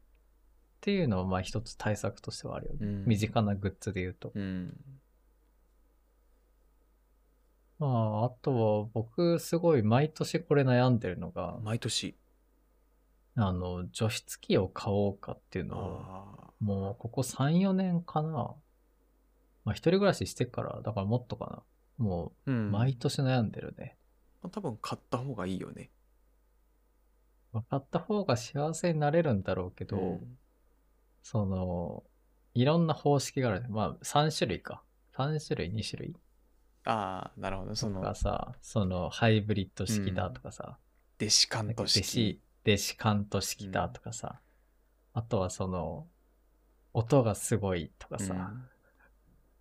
Speaker 2: ていうのはまあ一つ対策としてはあるよね。
Speaker 1: うん
Speaker 2: 身近なグッズで言うと。
Speaker 1: うん
Speaker 2: まあ、あとは僕すごい毎年これ悩んでるのが、
Speaker 1: 毎年
Speaker 2: あの、除湿機を買おうかっていうのを、
Speaker 1: あ
Speaker 2: もうここ3、4年かな。まあ一人暮らししてから、だからもっとかな。も
Speaker 1: あう
Speaker 2: うん毎年悩んでるね。
Speaker 1: 多分買った方がいいよね
Speaker 2: 分かった方が幸せになれるんだろうけど、
Speaker 1: うん
Speaker 2: その、いろんな方式があるね。まあ、3種類か。3種類、2種類
Speaker 1: ああなるほどそ
Speaker 2: が
Speaker 1: の
Speaker 2: さ、その、ハイブリッド式だとかさ、
Speaker 1: デシカン
Speaker 2: なん
Speaker 1: ト
Speaker 2: か弟
Speaker 1: 式
Speaker 2: 子、弟子カント式だとかさ、あとはその、音がすごいとかさ、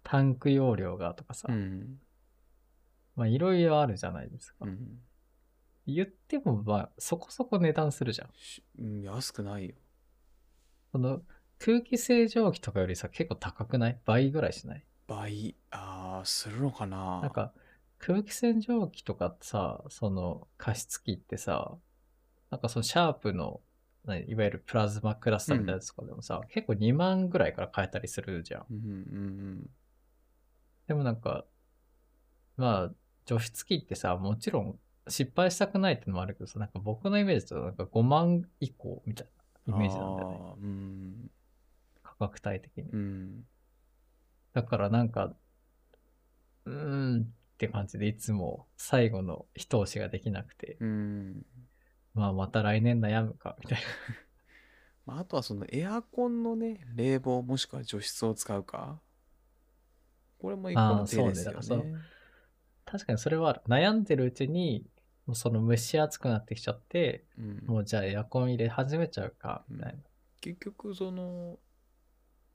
Speaker 2: タンク容量がとかさ、
Speaker 1: うん
Speaker 2: まあ、いろいろあるじゃないですか。
Speaker 1: うん
Speaker 2: 言っても、まあ、そこそこ値段するじゃん。
Speaker 1: しうん安くないよ
Speaker 2: その、空気清浄機とかよりさ、結構高くない倍ぐらいしない
Speaker 1: 倍ああするのかな
Speaker 2: なんか空気洗浄機とかさ、その加湿器ってさ、なんかそのシャープの、何いわゆるプラズマクラスターみたいなやつとかでもさ、結構2万ぐらいから買えたりするじゃん。
Speaker 1: うんうん
Speaker 2: でもなんか、まあ、除湿器ってさ、もちろん失敗したくないってのもあるけどさ、なんか僕のイメージだとなんか5万以降みたい
Speaker 1: うん
Speaker 2: なイメージなんだよね。
Speaker 1: あーうん
Speaker 2: 価格帯的に
Speaker 1: う。ん
Speaker 2: だからなんか、うーんって感じでいつも最後の一押しができなくて、
Speaker 1: うん
Speaker 2: まあまた来年悩むか、みたい
Speaker 1: まあ、あとはそのエアコンのね、冷房もしくは除湿を使うか。これも一個
Speaker 2: あー
Speaker 1: の手
Speaker 2: そうね
Speaker 1: ですよ
Speaker 2: だからその
Speaker 1: ね。
Speaker 2: な。 確かにそれはある悩んでるうちに、もうその蒸し暑くなってきちゃって、
Speaker 1: うん
Speaker 2: もうじゃあエアコン入れ始めちゃうか、みたいな。
Speaker 1: 結局その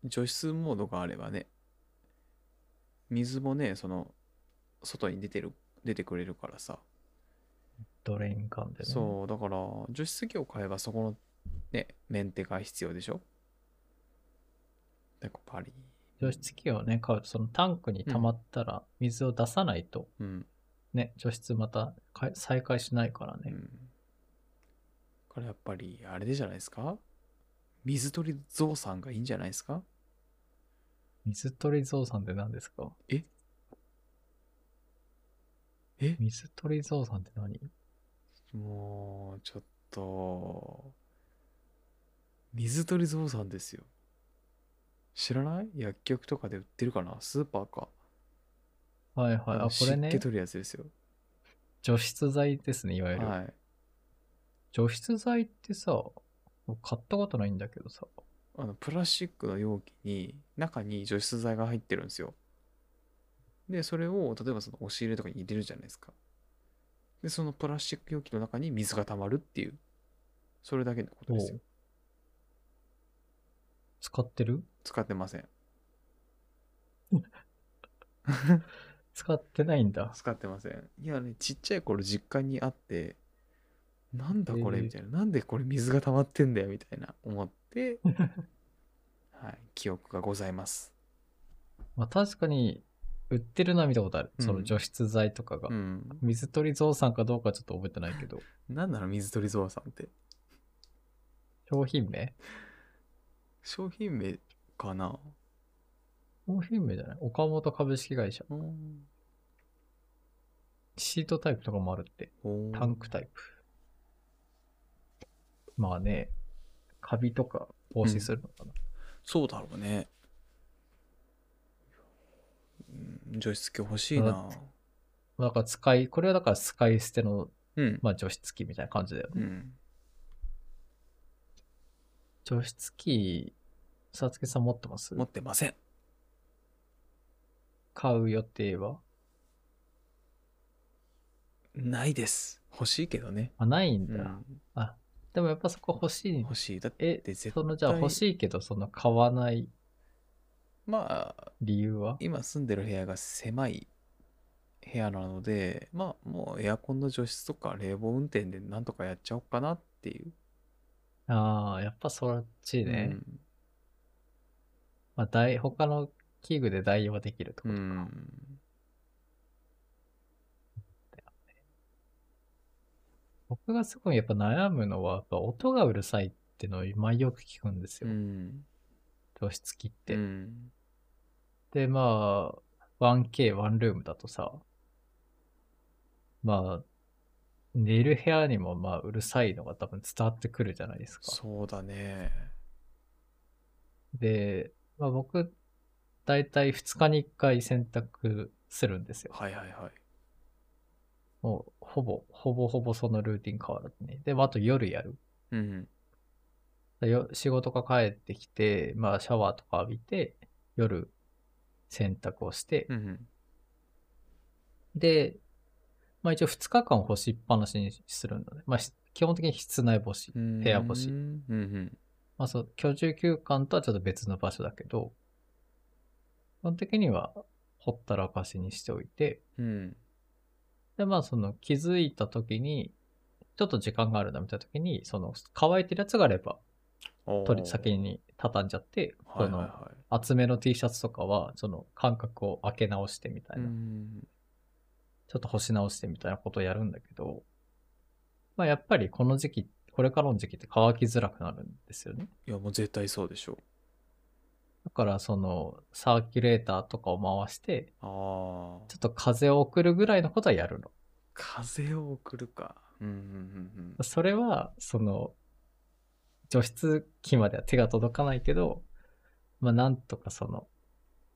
Speaker 1: 除湿モードがあればね、水もね、その外に出てる、出てくれるからさ。
Speaker 2: ドレイン管でね。
Speaker 1: そう、だから除湿機を買えばそこのね、メンテが必要でしょやっぱり。
Speaker 2: 除湿器をね、買うと、そのタンクに溜まったら水を出さないと、
Speaker 1: うん。
Speaker 2: ね、除湿またか再開しないから
Speaker 1: う
Speaker 2: ね。
Speaker 1: ん。だからやっぱり、あれでじゃないですか水鳥ゾウさんがいいんじゃないですか
Speaker 2: 水鳥ゾさんって何ですか
Speaker 1: ええ
Speaker 2: 水鳥ゾさんって何
Speaker 1: もう、ちょっと、水鳥ゾウさんですよ。知らない薬局とかで売ってるかなスーパーか。
Speaker 2: はいはい。
Speaker 1: の
Speaker 2: あ、これ
Speaker 1: 湿気
Speaker 2: ね、
Speaker 1: 取るやつですよ。
Speaker 2: 除湿剤ですね、いわゆる。
Speaker 1: はい。
Speaker 2: 除湿剤ってさ、僕買ったことないんだけどさ。
Speaker 1: あの、プラスチックの容器に、中に除湿剤が入ってるんですよ。で、それを、例えばその押し入れとかに入れるじゃないですか。で、そのプラスチック容器の中に水が溜まるっていう、それだけのことですよ
Speaker 2: おう。使ってる
Speaker 1: 使ってません。
Speaker 2: 使ってないんだ。
Speaker 1: 使ってませんいやねちっちゃい頃実家にあってなんだこれ
Speaker 2: へえ
Speaker 1: みたいな、なんでこれ水が溜まってんだよみたいな思って はい記憶がございます
Speaker 2: まあ確かに、売ってるのは見たことある。
Speaker 1: うん
Speaker 2: その除湿剤とかが。
Speaker 1: うん
Speaker 2: 水鳥ゾウさんかどうかちょっと覚えてないけど。
Speaker 1: なんなの水鳥ゾウさんって
Speaker 2: 商品名
Speaker 1: 商品名かな
Speaker 2: 商品名じゃない岡本株式会社。
Speaker 1: うん
Speaker 2: シートタイプとかもあるって。
Speaker 1: おー
Speaker 2: タンクタイプ。まあね、カビとか防止するのかな。
Speaker 1: そうだろうねうん除湿器欲しいな
Speaker 2: まあだから使い、これはだから使い捨ての、
Speaker 1: うん、
Speaker 2: まあ、除湿機みたいな感じだよね。
Speaker 1: うん
Speaker 2: 除湿機、さつきさん持ってます
Speaker 1: 持ってません
Speaker 2: 買う予定は
Speaker 1: ないです欲しいけどね、
Speaker 2: あ、ないん
Speaker 1: う
Speaker 2: だ。
Speaker 1: ん、
Speaker 2: あ、でもやっぱそこ欲しい
Speaker 1: 欲。しいだって
Speaker 2: え、
Speaker 1: 絶対
Speaker 2: そのじゃあ欲しいけど、その買わない
Speaker 1: まあ
Speaker 2: 理由は
Speaker 1: 今住んでる部屋が狭い部屋なのでまあもうエアコンの除湿とか冷房運転でなんとかやっちゃおうかなっていう、
Speaker 2: ああ、やっぱそっちね。
Speaker 1: うん
Speaker 2: まあ、代、他の器具で代用はできるってこ
Speaker 1: う
Speaker 2: とか。
Speaker 1: ん。
Speaker 2: 僕がすごいやっぱ悩むのは、やっぱ音がうるさいってのを今よく聞くんです
Speaker 1: う
Speaker 2: よ。
Speaker 1: ん。
Speaker 2: 除湿機って。
Speaker 1: うん。
Speaker 2: で、まあ、1K、ワンルームだとさ、まあ、寝る部屋にもまあ、うるさいのが多分伝わってくるじゃないですか。
Speaker 1: そうだね。
Speaker 2: で、まあ僕、だいたい2日に1回洗濯するんですよ。
Speaker 1: はいはいはい。
Speaker 2: もう、ほぼ、ほぼほぼそのルーティン変わらずに。で、まあ、あと夜やる。
Speaker 1: うん。
Speaker 2: でよ仕事が帰ってきて、まあ、シャワーとか浴びて、夜、洗濯をして、
Speaker 1: うん。
Speaker 2: で、まあ一応2日間干しっぱなしにするんだね。まあし基本的に室内干し。
Speaker 1: うん
Speaker 2: 部屋欲しい
Speaker 1: うんうん。
Speaker 2: まあそう、居住休館とはちょっと別の場所だけど、基本的にはほったらかしにしておいて、
Speaker 1: うん。
Speaker 2: でまあその気づいた時に、ちょっと時間があるなみたいな時に、その乾いてるやつがあれば、
Speaker 1: おー
Speaker 2: 取り先に畳んじゃって、
Speaker 1: は
Speaker 2: そ
Speaker 1: いはい
Speaker 2: の
Speaker 1: は
Speaker 2: 厚めの T シャツとかは、その間隔を開け直してみた
Speaker 1: い。
Speaker 2: いうな。
Speaker 1: ん。
Speaker 2: ちょっと干し直してみたいなことをやるんだけど、まあやっぱりこの時期、これからの時期って乾きづらくなるんですよね。
Speaker 1: いやもう絶対そうでしょ
Speaker 2: だからそのサーキュレーターとかを回して、
Speaker 1: う。ああ
Speaker 2: ちょ。っと風を送るぐらいのことはやるの。
Speaker 1: 風を送るか。うんうんうん
Speaker 2: それは、その、除湿機までは手が届かないけど、まあなんとかその、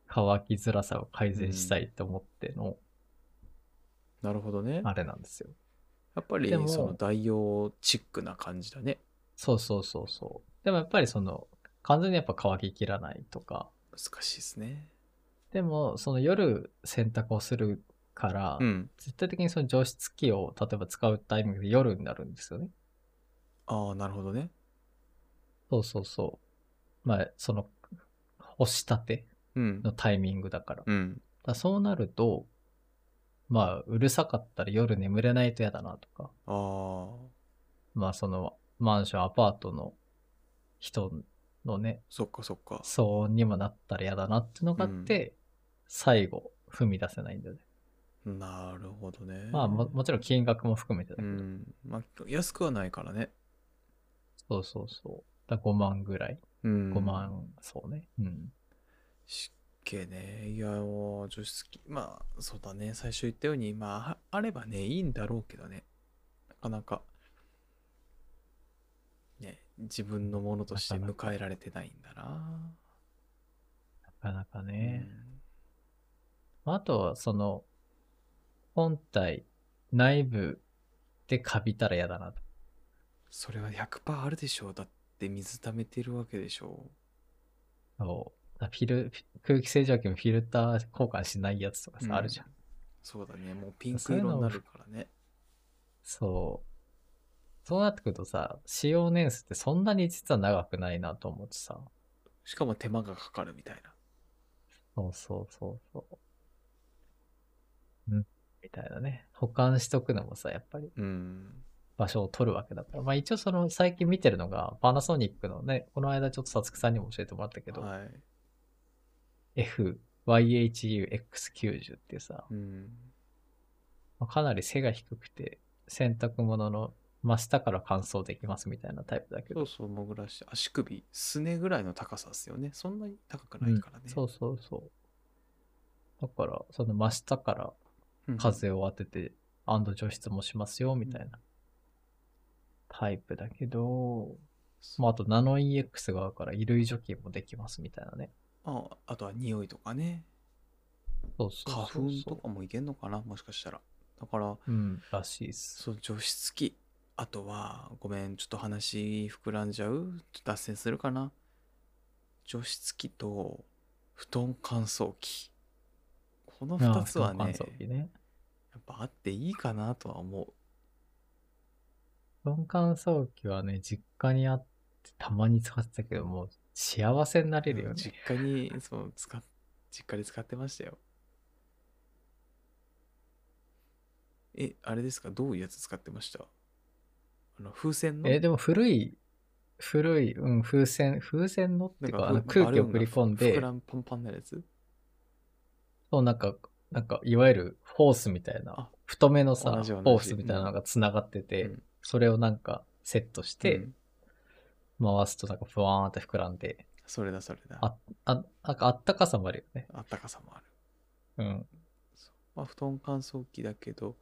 Speaker 2: 乾きづらさを改善したいと思っての、
Speaker 1: なるほどね。
Speaker 2: あれなんですよ。
Speaker 1: やっぱり
Speaker 2: でも
Speaker 1: その代用チックな感じだね。
Speaker 2: そうそうそうそう。でもやっぱりその、完全にやっぱ乾ききらないとか、
Speaker 1: 難しいですね。
Speaker 2: でも、その夜洗濯をするから、
Speaker 1: うん。
Speaker 2: 絶対的にその除湿機を例えば使うタイミングで夜になるんですよね。
Speaker 1: ああ、なるほどね。
Speaker 2: そうそうそう。まあ、その、干したて
Speaker 1: うん
Speaker 2: の。タイミングだから。だか
Speaker 1: うん。
Speaker 2: らそうなると、まあ、うるさかったら夜眠れないと嫌だなとか、
Speaker 1: ああ、
Speaker 2: まあ、その、マンション、アパートの人のね、
Speaker 1: そっかそっか。
Speaker 2: 騒音にもなったら嫌だなっていうのがあって、最後、踏み出せないんだよね。
Speaker 1: なるほどね。
Speaker 2: まあも、もちろん金額も含めてだ
Speaker 1: う
Speaker 2: けど。
Speaker 1: ん。まあ、安くはないからね。
Speaker 2: そうそうそう。だ5万ぐらい。
Speaker 1: うん。
Speaker 2: 5万、。そうね。うん。
Speaker 1: 湿気ね。いや、もう除湿機。まあ、そうだね。最初言ったように、まあ、あればね、いいんだろうけどね。なかなか、ね、自分のものとして
Speaker 2: なかな
Speaker 1: 迎えられてないんだな。
Speaker 2: なかなか
Speaker 1: う
Speaker 2: ね。
Speaker 1: ん
Speaker 2: まああとは、その、本体、内部でカビたら嫌だなと。
Speaker 1: それは100%あるでしょう。だって水溜めてるわけでしょう。
Speaker 2: そう。だフィル、空気清浄機もフィルター交換しないやつとかさ、
Speaker 1: うん
Speaker 2: あるじゃん。
Speaker 1: そうだね。もうピン
Speaker 2: そ
Speaker 1: ク
Speaker 2: ういう
Speaker 1: 色
Speaker 2: の
Speaker 1: になるからね。
Speaker 2: そう。そうなってくるとさ、使用年数ってそんなに実は長くないなと思ってさ。
Speaker 1: しかも手間がかかるみたいな。
Speaker 2: そうそうそうそう。みたいなね。保管しとくのもさ、やっぱり
Speaker 1: うん。
Speaker 2: 場所を取るわけだから。まあ一応その最近見てるのが、パナソニックのね、この間ちょっとさつきさんにも教えてもらったけど、
Speaker 1: はい。
Speaker 2: FYHUX90 っていうさ、
Speaker 1: うん。
Speaker 2: まあかなり背が低くて、洗濯物の真下から乾燥できますみたいなタイプだけ
Speaker 1: そ
Speaker 2: ど
Speaker 1: う、そう、潜らして、足首、すねぐらいの高さですよね。そんなに高くないからね。
Speaker 2: そうそうそう。だから、その真下から
Speaker 1: うん
Speaker 2: 風を当てて、アンド除湿もしますよ、みたいなタイプだけど、まあ、あとナノ EX があるから衣類除菌もできますみたいなね。
Speaker 1: ああとは匂いとかね。
Speaker 2: そうそう
Speaker 1: 花
Speaker 2: そう
Speaker 1: 粉
Speaker 2: そ
Speaker 1: と
Speaker 2: う
Speaker 1: かもいけんのかなもしかしたら。だから、
Speaker 2: うん、らしいっす。
Speaker 1: そう、除湿器。あとは、ごめん、ちょっと話膨らんじゃうちょっと脱線するかな。除湿器と布団乾燥機。この
Speaker 2: ああ
Speaker 1: 2つはね、
Speaker 2: 布団乾燥機ね。
Speaker 1: やっぱあっていいかなとは思う。
Speaker 2: 布団乾燥機はね、実家にあってたまに使ってたけど、もう幸せになれるよね。
Speaker 1: 実家に、そう、使っ、実家で使ってましたよ。え、あれですかどういうやつ使ってましたあの、風船の
Speaker 2: え、でも古い、古い、うん、風船、風船のっていうか、あ
Speaker 1: ふ
Speaker 2: の空
Speaker 1: バ
Speaker 2: 気
Speaker 1: ルー
Speaker 2: を
Speaker 1: ンが
Speaker 2: 送り込んで
Speaker 1: 膨、らんパンパンなやつ
Speaker 2: そう、なんか、なんか、いわゆるホースみたいな
Speaker 1: あ、
Speaker 2: 太めのさ、
Speaker 1: 同じ同じ
Speaker 2: ホースみたいなのが繋がってて、
Speaker 1: うん
Speaker 2: それをなんかセットして、
Speaker 1: うん
Speaker 2: 回すとなんかふわーんって膨らんで、
Speaker 1: それだそれだ。
Speaker 2: ああ、なんかあったかさもあるよね。
Speaker 1: あったかさもある。
Speaker 2: うん。
Speaker 1: そうまあ、布団乾燥機だけど、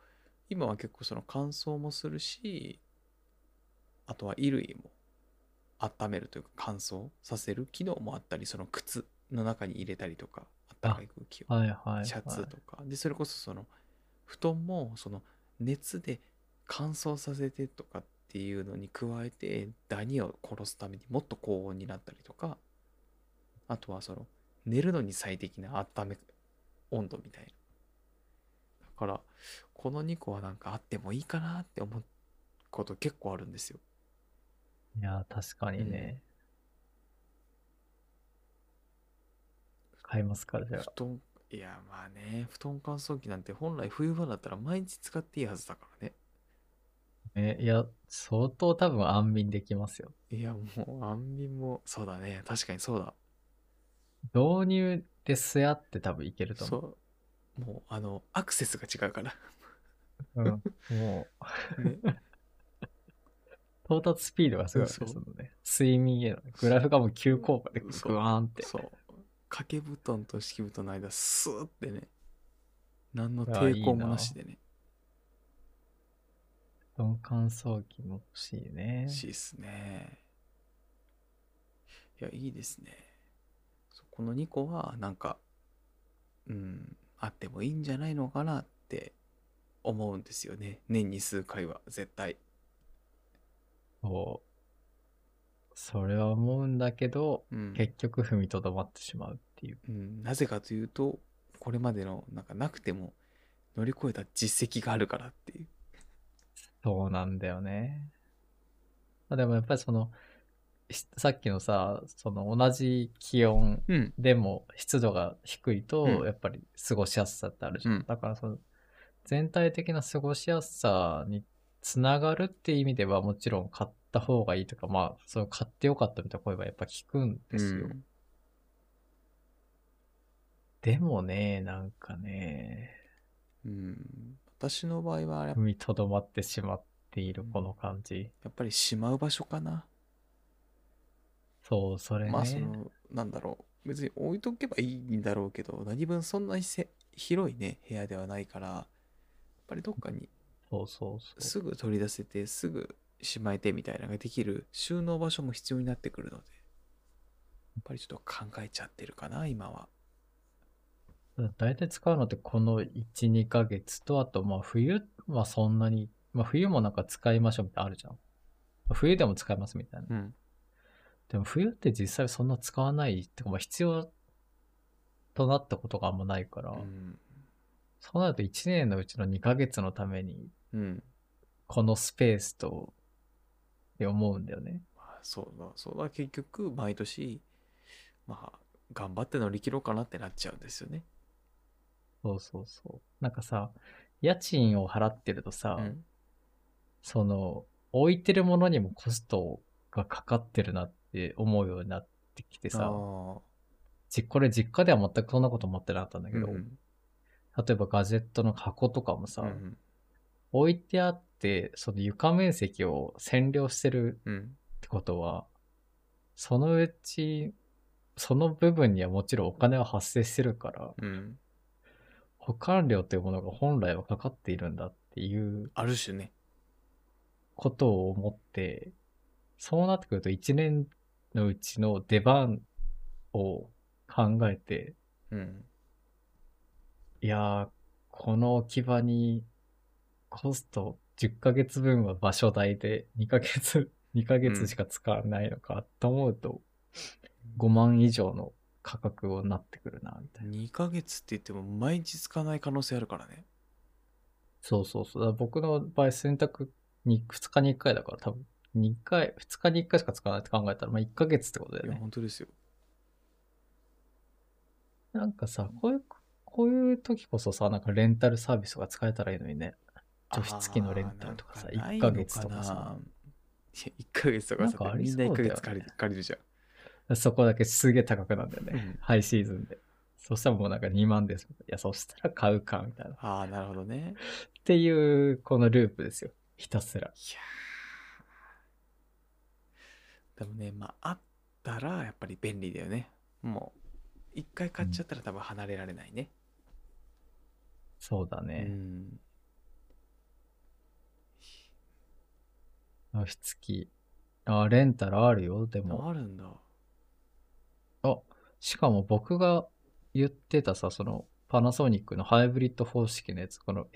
Speaker 1: 今は結構その乾燥もするし、あとは衣類も温めるというか乾燥させる機能もあったり、その靴の中に入れたりとか、あったかい空気を。
Speaker 2: はいはい、はい。
Speaker 1: シャツとか。で、それこそその、布団もその熱で乾燥させてとかっていうのに加えて、ダニを殺すためにもっと高温になったりとか、あとはその、寝るのに最適な温め温度みたいな。だから、この2個はなんかあってもいいかなって思うこと結構あるんですよ。
Speaker 2: いやー、確かにね。買いますから、じゃあ。
Speaker 1: 布団、いや、まあね、布団乾燥機なんて本来冬場だったら毎日使っていいはずだからね。
Speaker 2: ね、いや、相当多分安眠できますよ。
Speaker 1: いや、もう、安眠も、そうだね。確かにそうだ。
Speaker 2: 導入でスヤって多分いけると思う。
Speaker 1: そう。もう、あの、アクセスが違う から。
Speaker 2: うん、もう、
Speaker 1: ね、
Speaker 2: 到達スピードがすごい、ね、
Speaker 1: そう
Speaker 2: そのね。睡眠への。グラフがもう急降下で
Speaker 1: そう
Speaker 2: グワーンっ て。
Speaker 1: そう。掛け布団と敷布団の間、スーってね。何の
Speaker 2: ああ
Speaker 1: 抵抗もなしでね。
Speaker 2: 布団乾燥機も欲しいね。
Speaker 1: しいっすね。いや、いいですね。そうこの2個は、なんか、うん、あってもいいんじゃないのかなって思うんですよね。年に数回は、絶対。
Speaker 2: そう。それは思うんだけど、
Speaker 1: うん。
Speaker 2: 結局踏みとどまってしまうっていう。
Speaker 1: うん、なぜかというとこれまでのなんかなくても乗り越えた実績があるからっていう
Speaker 2: そうなんだよね。まあでもやっぱりその、しさっきのさ、その同じ気温
Speaker 1: うん
Speaker 2: でも湿度が低いと
Speaker 1: うん、
Speaker 2: やっぱり過ごしやすさってあるじゃん。
Speaker 1: うん
Speaker 2: だからその、全体的な過ごしやすさにつながるっていう意味ではもちろん買った方がいいとか、まあ、その買ってよかったみたいな声はやっぱ聞くんですよ。
Speaker 1: うん
Speaker 2: でもね、なんかね、
Speaker 1: うん私の場合はや
Speaker 2: 踏みとどまってしまっているこの感じ。
Speaker 1: やっぱりしまう場所かな、
Speaker 2: そう、それね。
Speaker 1: まあそのなんだろう別に置いとけばいいんだろうけど何分そんなにせ広いね部屋ではないからやっぱりどっかに
Speaker 2: そうそうそう。
Speaker 1: すぐ取り出せてすぐしまえてみたいなのができる収納場所も必要になってくるのでやっぱりちょっと考えちゃってるかな今は
Speaker 2: 大体使うのってこの1、2ヶ月と、あとまあ冬はそんなに、まあ冬もなんか使いましょうみたいなのあるじゃん。冬でも使いますみたいな。
Speaker 1: うん
Speaker 2: でも冬って実際そんな使わないってか、まあ必要となったことがあんまないから、
Speaker 1: うん
Speaker 2: そうなると1年のうちの2ヶ月のために、
Speaker 1: うん
Speaker 2: このスペースと、って思うんだよね。
Speaker 1: まあそうだ、そうだ、結局、毎年、まあ、頑張って乗り切ろうかなってなっちゃうんですよね。
Speaker 2: そうそうそう。なんかさ、家賃を払ってるとさ、
Speaker 1: うん
Speaker 2: その、置いてるものにもコストがかかってるなって思うようになってきて
Speaker 1: あ
Speaker 2: さ、
Speaker 1: ー
Speaker 2: じこれ実家では全くそんなこと思ってなかったんだけど、
Speaker 1: うん
Speaker 2: 例えばガジェットの箱とかもさ、
Speaker 1: うん
Speaker 2: 置いてあって、その床面積を占領してる
Speaker 1: うん
Speaker 2: ってことは、そのうち、その部分にはもちろんお金は発生してるから、
Speaker 1: うん
Speaker 2: 保管料というものが本来はかかっているんだっていう
Speaker 1: ある種ね
Speaker 2: ことを思って、そうなってくると1年のうちの出番を考えて、
Speaker 1: うん
Speaker 2: いやー、この置き場にコスト10ヶ月分は場所代で2ヶ月、2ヶ 月しか使わないのかと思うと、5万以上の価格をなってくるな、みたいな。
Speaker 1: 2ヶ月って言っても毎日使わない可能性あるからね
Speaker 2: そうそうそう。だから僕の場合選択に2日に1回だから多分2回、2日に1回しか使わないって考えたら、まあ1ヶ月ってことだ
Speaker 1: い
Speaker 2: よ
Speaker 1: や
Speaker 2: ね。
Speaker 1: 本当ですよ
Speaker 2: なんかさ、こういう、こういう時こそさ、なんかレンタルサービスが使えたらいいのにね。除湿機のレンタルとかさ
Speaker 1: あーなん
Speaker 2: 1ヶ月とかさ
Speaker 1: ないのな。いや、1ヶ月とか
Speaker 2: なんか
Speaker 1: さ、
Speaker 2: あり
Speaker 1: み
Speaker 2: そ
Speaker 1: ん
Speaker 2: う
Speaker 1: な
Speaker 2: だよ
Speaker 1: 1
Speaker 2: ね
Speaker 1: ヶ月借りる借りるじゃん。
Speaker 2: そこだけすげえ高くなんだよ
Speaker 1: う
Speaker 2: ね。
Speaker 1: ん
Speaker 2: ハイシーズンで。そしたらもうなんか2万です。いや、そしたら買うか、みたいな。っ
Speaker 1: ああ、なるほどね。
Speaker 2: ていう、このループですよ。ひたすら。
Speaker 1: いやーでもね、まあ、あったらやっぱり便利だよね。もう、1回買っちゃったら多分離れられないね。
Speaker 2: そうだ
Speaker 1: う
Speaker 2: ね。
Speaker 1: ん。
Speaker 2: 除湿機。あ、レンタルあるよ。でも、
Speaker 1: あるんだ。
Speaker 2: あ、しかも僕が言ってたさ、そのパナソニックのハイブリッド方式のやつ、この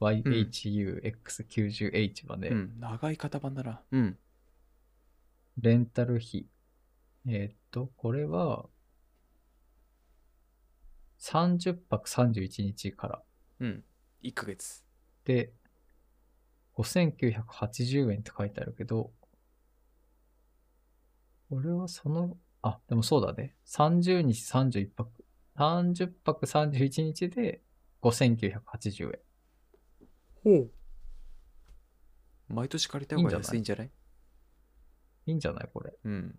Speaker 2: FYHUX90H まで、
Speaker 1: うん、長い型番だな。うん。
Speaker 2: レンタル費。えーっと、これは、30泊31日から
Speaker 1: うん。1ヶ月。
Speaker 2: で、5980円って書いてあるけど、これはその、あ、でもそうだね。30日31泊。30泊31日で5980円。
Speaker 1: ほう。毎年借りた方が安いんじゃない
Speaker 2: いいんじゃないこれ。
Speaker 1: うん。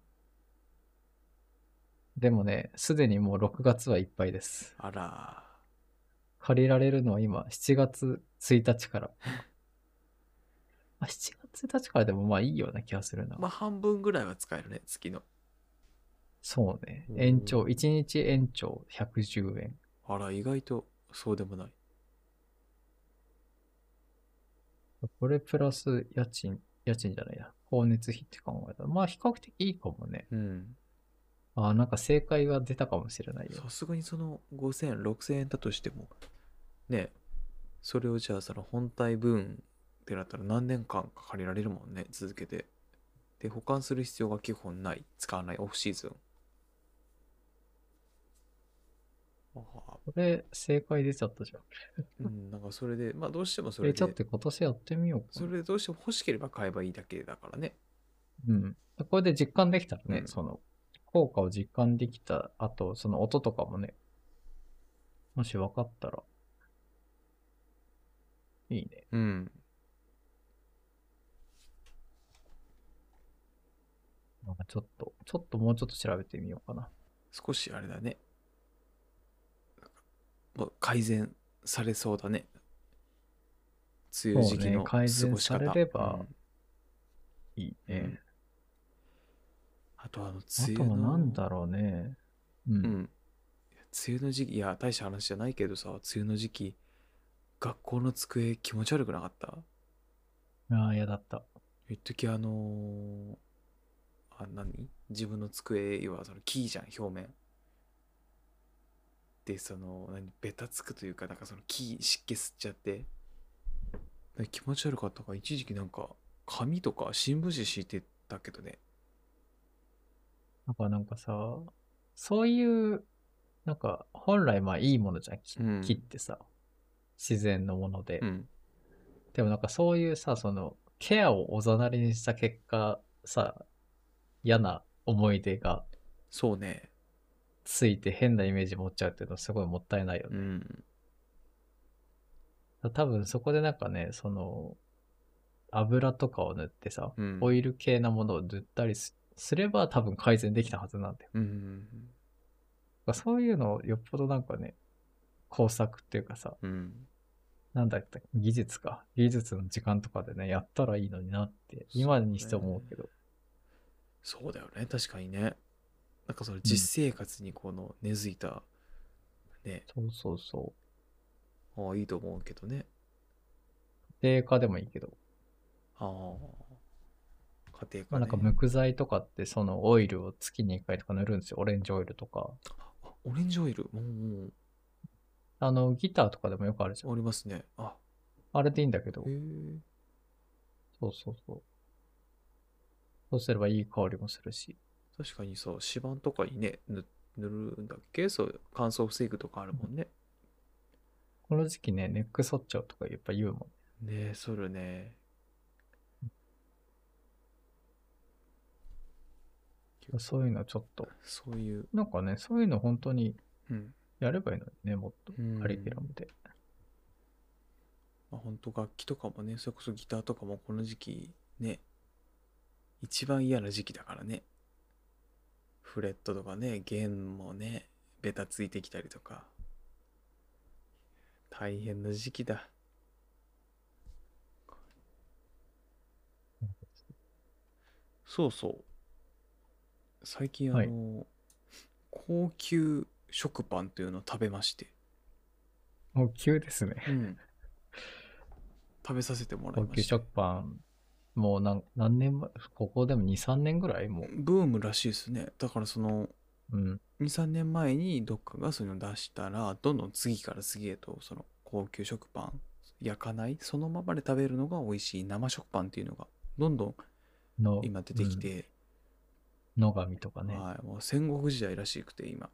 Speaker 2: でもね、すでにもう6月はいっぱいです。
Speaker 1: あらー。
Speaker 2: 借りられるのは今、7月1日から。 まあ、7月1日からでもまあいいような気がするな。
Speaker 1: まあ、半分ぐらいは使えるね、月の。
Speaker 2: そうね
Speaker 1: う。ん
Speaker 2: 延長、1日延長110円。
Speaker 1: あら、意外とそうでもない。
Speaker 2: これプラス家賃、家賃じゃないや。光熱費って考えたら、まあ比較的いいかもね。
Speaker 1: うん。
Speaker 2: あーなんか正解が出たかもしれないよ
Speaker 1: さ。すがにその5000円、6000円だとしても、ね、それをじゃあその本体分ってなったら何年間か借りられるもんね、続けて。で、保管する必要が基本ない、使わないオフシーズン。ああ
Speaker 2: これ正解出ちゃったじゃん。
Speaker 1: うん、なんかそれで、まあどうしてもそれ
Speaker 2: え、ちょっ
Speaker 1: で、
Speaker 2: と今年やってみようかな。
Speaker 1: それでどうしても欲しければ買えばいいだけだからね。
Speaker 2: うん。これで実感できたらね、
Speaker 1: うん
Speaker 2: その、効果を実感できた後、その音とかもね、もし分かったら、いいね。
Speaker 1: うん。
Speaker 2: なんかちょっと、ちょっともうちょっと調べてみようかな。
Speaker 1: 少しあれだねなんかまあ改善されそうだね梅雨時期
Speaker 2: そう
Speaker 1: の過
Speaker 2: ね
Speaker 1: ご
Speaker 2: 改
Speaker 1: し方
Speaker 2: 善されれば
Speaker 1: うん
Speaker 2: いい
Speaker 1: うん
Speaker 2: ね。
Speaker 1: あとあの
Speaker 2: あ
Speaker 1: 梅
Speaker 2: と
Speaker 1: 雨の
Speaker 2: はなんだろうね。
Speaker 1: う
Speaker 2: う。
Speaker 1: んん梅雨の時期いや大した話じゃないけどさ梅雨の時期学校の机気持ち悪くなかった
Speaker 2: ああ、嫌だった。
Speaker 1: 一時あのーあ何自分の机要はその木じゃん表面でその何ベタつくというかなんかその木湿気吸っちゃってで気持ち悪かったから一時期なんか紙とか新聞紙敷いてたけどね
Speaker 2: なんかなんかさ、そういう、なんか本来まあいいものじゃん。木
Speaker 1: うん
Speaker 2: 木ってさ、自然のもので。
Speaker 1: うん
Speaker 2: でもなんかそういうさ、その、ケアをおざなりにした結果、さ、嫌な思い出が
Speaker 1: そうね
Speaker 2: ついて変なイメージ持っちゃうっていうのはすごいもったいないよ
Speaker 1: う
Speaker 2: ね。
Speaker 1: ん
Speaker 2: 多分そこでなんかね、その、油とかを塗ってさ、
Speaker 1: うん
Speaker 2: オイル系なものを塗ったりすすれば多分改善できたはずなんだよ。
Speaker 1: うん
Speaker 2: そういうのをよっぽどなんかね、工作っていうかさ、
Speaker 1: うん
Speaker 2: なんだった技術か。技術の時間とかでね、やったらいいのになって、今にして思うけど。
Speaker 1: そうだよね確かにねなんかその実生活にこの根付いた、ね
Speaker 2: そうそうそう。
Speaker 1: ああいいと思うけどね
Speaker 2: 家庭科でもいいけど。
Speaker 1: ああ家庭
Speaker 2: ま
Speaker 1: 科、ね
Speaker 2: あ、なんか木材とかって、そのオイルを月に1回とか塗るんですよ。オレンジオイルとか。
Speaker 1: あオレンジオイルもうもう
Speaker 2: あの、ギターとかでもよくあるじゃん。
Speaker 1: ありますねあ
Speaker 2: あれでいいんだけど
Speaker 1: へ。え
Speaker 2: そうそうそう。そうすればいい香りもするし。
Speaker 1: 確かにさ指板とかにね塗塗るんだっけそう乾燥を防ぐとかあるもんね
Speaker 2: この時期ね、ネック剃っちゃうとかやっぱ言うもん。
Speaker 1: ねえそれね
Speaker 2: そういうのちょっと。
Speaker 1: そういう
Speaker 2: なんかね、そういうの本当に
Speaker 1: うん
Speaker 2: やればいいのにね、もっと。
Speaker 1: うん
Speaker 2: カリキュラムで。
Speaker 1: まあ、本当楽器とかもねそれこそギターとかもこの時期ね一番嫌な時期だからねフレットとかね弦もねベタついてきたりとか大変な時期だそうそう最近あの、
Speaker 2: はい
Speaker 1: 高級食パンというのを食べまして、
Speaker 2: もう急ですね。
Speaker 1: うん、食べさせてもらい
Speaker 2: 高
Speaker 1: ま
Speaker 2: 級
Speaker 1: した
Speaker 2: 食パン、もう何何年前、ここでも2、3年ぐらいも
Speaker 1: ブームらしいですねだからその
Speaker 2: う。うん。
Speaker 1: 23年前にどっかがそういうの出したらどんどん次から次へとその高級食パン焼かないそのままで食べるのが美味しい生食パンっていうのがどんどん
Speaker 2: の
Speaker 1: 今出てき、て、
Speaker 2: うん野上とかね。
Speaker 1: はい、もう戦国時代らしくて今、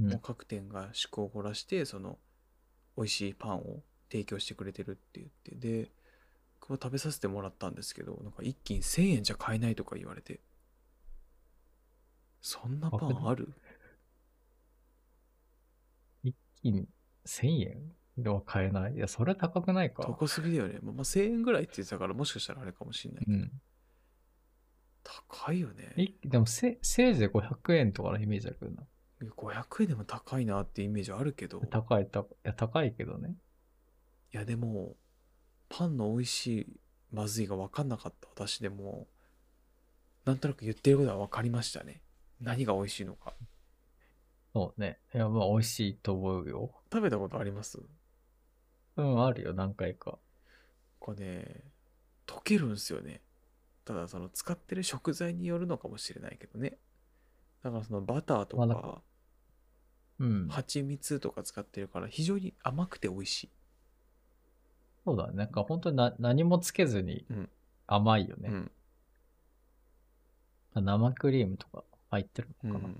Speaker 2: うん
Speaker 1: もう各店が趣向を凝らしてその美味しいパンを提供してくれてるって言ってでこう食べさせてもらったんですけどなんか一斤1000円じゃ買えないとか言われてそんなパンある
Speaker 2: 金1000円では買えない。いや、それは高くないか。
Speaker 1: 高すぎだよね。まあ、まあ1000円ぐらいって言ってたから、もしかしたらあれかもしれない。
Speaker 2: うん。
Speaker 1: 高いよね。
Speaker 2: いでもせ、せいぜい500円とかのイメージだけどな。
Speaker 1: 500円でも高いなってイメージあるけど、い
Speaker 2: 高い、高い。いや、高いけどね。
Speaker 1: やでも、パンの美味しい、まずいが分かんなかった私でも、なんとなく言ってることは分かりましたね。何が美味しいのか。
Speaker 2: そうね。いや、まあ、美味しいと思うよ。
Speaker 1: 食べたことあります
Speaker 2: うん、あるよ、何回か。
Speaker 1: これね、溶けるんすよね。ただ、その使ってる食材によるのかもしれないけどね。だからそのバターと
Speaker 2: まあなん
Speaker 1: か、
Speaker 2: うん。
Speaker 1: 蜂蜜とか使ってるから、非常に甘くて美味しい。
Speaker 2: そうだね。なんか、本当にな何もつけずに
Speaker 1: うん
Speaker 2: 甘いよ
Speaker 1: う
Speaker 2: ね。
Speaker 1: ん。
Speaker 2: 生クリームとか入ってるのかな。
Speaker 1: うん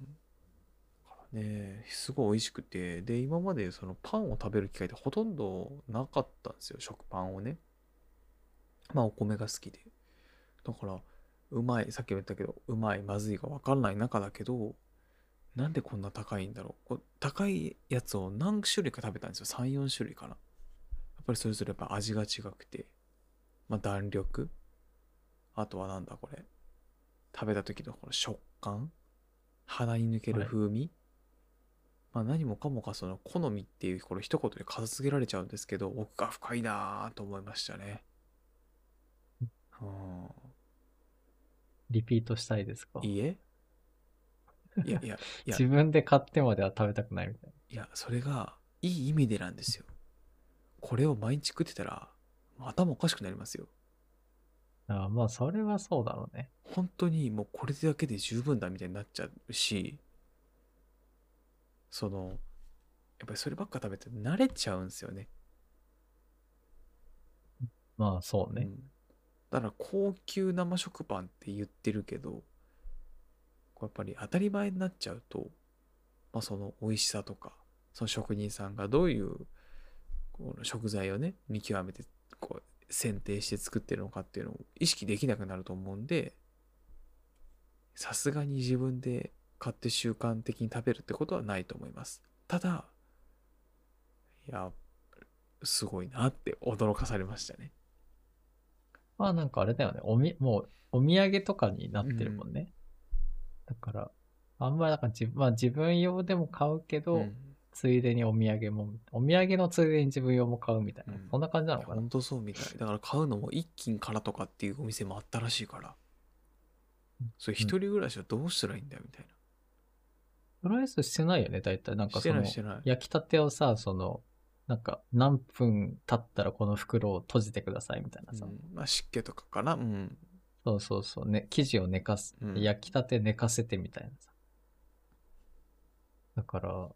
Speaker 1: だからねすごい美味しくてで今までそのパンを食べる機会ってほとんどなかったんですよ食パンをねまあお米が好きでだからうまいさっきも言ったけどうまいまずいが分かんない中だけどなんでこんな高いんだろうこう高いやつを何種類か食べたんですよ34種類かなやっぱりそれぞれやっぱ味が違くてまあ弾力あとはなんだこれ食べた時のこの食感鼻に抜ける
Speaker 2: はい
Speaker 1: 風味、まあ何もかもかその好みっていうこれ一言で片付けられちゃうんですけど奥が深いなぁと思いましたねうん
Speaker 2: リピートしたいですか
Speaker 1: いいえいやいやいや
Speaker 2: 自分で買ってまでは食べたくないみたい
Speaker 1: いやそれがいい意味でなんですよこれを毎日食ってたら頭おかしくなりますよ
Speaker 2: な。あーまあ、それはそうだろうね。
Speaker 1: 本当にもうこれだけで十分だみたいになっちゃうしそのやっぱりそればっか食べて慣れちゃうんですよね
Speaker 2: まあ、そう
Speaker 1: う
Speaker 2: ね。
Speaker 1: んだから高級生食パンって言ってるけどこうやっぱり当たり前になっちゃうと、まあ、その美味しさとかその職人さんがどういうこの食材をね見極めてこう選定して作ってるのかっていうのを意識できなくなると思うんでさすがに自分で買って習慣的に食べるってことはないと思いますただいやすごいなって驚かされましたね。
Speaker 2: まあなんかあれだよね。おみ、もう、お土産とかになってるもんね。だから、あんまりなんか自,、まあ、自分用でも買うけど、
Speaker 1: うん
Speaker 2: ついでにお土産も、お土産のついでに自分用も買うみたいな、
Speaker 1: うん
Speaker 2: そんな感じないの
Speaker 1: や
Speaker 2: かな
Speaker 1: 本。当そうみたいだから買うのも一斤からとかっていうお店もあったらしいから
Speaker 2: うん
Speaker 1: それ一人暮らしはどうしたらいいんだよみたい
Speaker 2: プライスしてないよね、大体。なん
Speaker 1: な
Speaker 2: か
Speaker 1: して
Speaker 2: そ
Speaker 1: な
Speaker 2: の
Speaker 1: い、してない
Speaker 2: 焼きたてをさ、その、なんか何分経ったらこの袋を閉じてくださいみたいなさ。
Speaker 1: うんまあ湿気とかかなうん
Speaker 2: そうそうそう、ね、生地を寝かす、
Speaker 1: うん
Speaker 2: 焼きたて寝かせてみたいなさ。だから、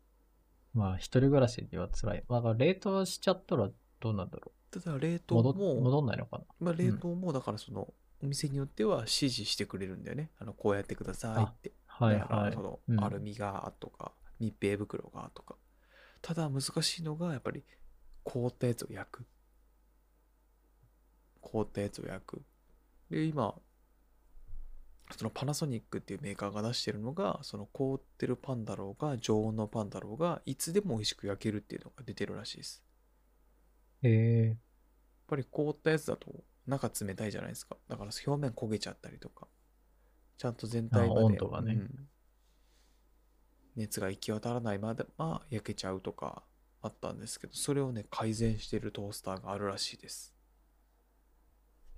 Speaker 2: まあ一人暮らしには辛い。まあ冷凍しちゃったらどうなんだろ
Speaker 1: ただ冷
Speaker 2: う。
Speaker 1: 凍
Speaker 2: 戻っ
Speaker 1: も
Speaker 2: 戻んないのかな。
Speaker 1: まあ冷凍もだからそのお店によっては指示してくれるんだよねあのこうやってくださいって
Speaker 2: はい
Speaker 1: だから
Speaker 2: はい
Speaker 1: そ。の
Speaker 2: うん
Speaker 1: アルミがとか密閉袋がとかただ難しいのがやっぱり凍ったやつを焼く凍ったやつを焼くで今そのパナソニックっていうメーカーが出してるのがその凍ってるパンだろうが常温のパンだろうがいつでも美味しく焼けるっていうのが出てるらしいです
Speaker 2: え
Speaker 1: やっぱり凍ったやつだと中冷たいじゃないですかだから表面焦げちゃったりとかちゃんと全体まで
Speaker 2: あ温度がね
Speaker 1: うん熱が行き渡らないまで、まあ、焼けちゃうとかあったんですけどそれをね改善してるトースターがあるらしいです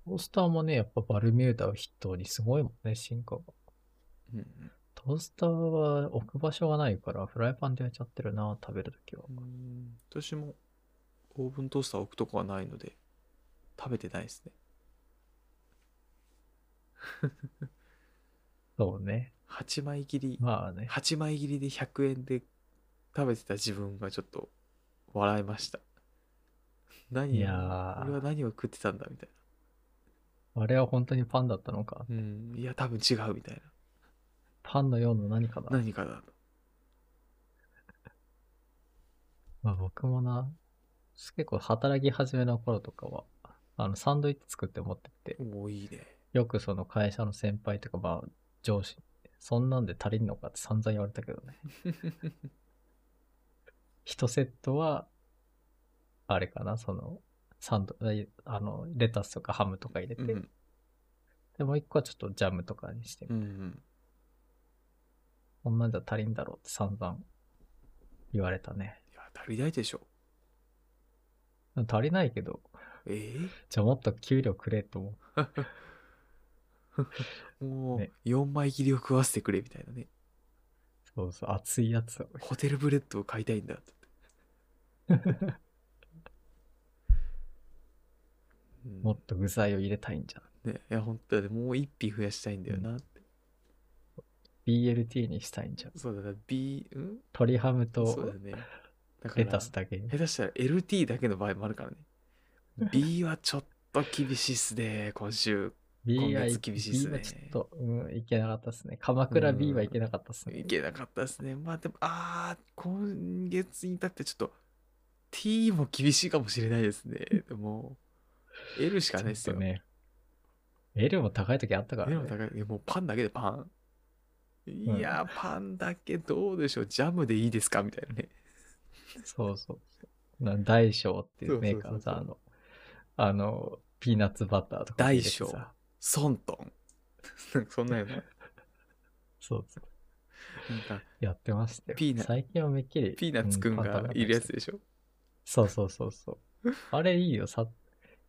Speaker 2: ー、トースターもね、やっぱバルミューダを筆頭にすごいもんね、進化が。
Speaker 1: うん
Speaker 2: トースターは置く場所がないから、フライパンで焼いちゃってるな、食べるときは。
Speaker 1: うんうん私もオーブントースター置くとこはないので食べてないですね
Speaker 2: そうね。
Speaker 1: 8枚切り
Speaker 2: まあね。
Speaker 1: 8枚切りで100円で食べてた自分がちょっと笑いました何を
Speaker 2: いやー
Speaker 1: 俺は何を食ってたんだみたい
Speaker 2: あれは本当にパンだったのか。
Speaker 1: なうんいや多分違うみたいな
Speaker 2: パンのような何かだ。
Speaker 1: 何かだと
Speaker 2: まあ僕もな、結構働き始めの頃とかは、あの、サンドイッチ作って持ってって、
Speaker 1: おおいいね
Speaker 2: よくその会社の先輩とか、まあ、上司、そんなんで足りんのかって散々言われたけどね。 一セットは、あれかな、その、サンド、あの、レタスとかハムとか入れて、
Speaker 1: うんうん
Speaker 2: で、もう一個はちょっとジャムとかにして、
Speaker 1: うん
Speaker 2: こんなんじゃ足りんだろうって散々言われたね。
Speaker 1: いや足りないでしょ
Speaker 2: 足りないけど、
Speaker 1: え
Speaker 2: じゃあもっと給料くれと思う。
Speaker 1: えもう
Speaker 2: ね
Speaker 1: 4枚切りを食わせてくれみたいなね
Speaker 2: そうそう、熱いやつを。
Speaker 1: ホテルブレッドを買いたいんだって うん
Speaker 2: もっと具材を入れたいんじゃん。
Speaker 1: ねいや本当だねもう一品増やしたいんだよなって、
Speaker 2: BLT にしたいんじゃん。
Speaker 1: そうだな B うん
Speaker 2: 鶏ハム
Speaker 1: そう
Speaker 2: と
Speaker 1: だね。だから
Speaker 2: レタスだけに。
Speaker 1: 下手したら LT だけの場合もある からね。B はちょっと厳しいっすね、今週。今
Speaker 2: B は
Speaker 1: 月厳しいっす
Speaker 2: B
Speaker 1: ね
Speaker 2: はちょっと、うん、いけなかったですね。鎌倉 B はいけなかったですね
Speaker 1: い。けなかったっすね。まあでも、あー、今月に至ってちょっと T も厳しいかもしれないです ね。でも、L しかないっす
Speaker 2: ちょ
Speaker 1: よ。
Speaker 2: っとね。L も高い時あったから
Speaker 1: L も
Speaker 2: ね。
Speaker 1: 高い。いやもうパンだけでパン。いやー、パンだけどうでしょう。ジャムでいいですかみたいなね。
Speaker 2: そうそう。な大小ってい
Speaker 1: そううそう
Speaker 2: メ
Speaker 1: そう
Speaker 2: ーカーのさ、あの、あの、ピーナッツバターとか入れてさ。
Speaker 1: 大小ソントン。 なんかそんなような。
Speaker 2: そうそう。
Speaker 1: なん か
Speaker 2: やってましたよ。
Speaker 1: ピーナ
Speaker 2: 最近はめっきり。
Speaker 1: ピーナッツくんがいるやつでしょ。
Speaker 2: そうそうそうそう。あれいいよ、さ、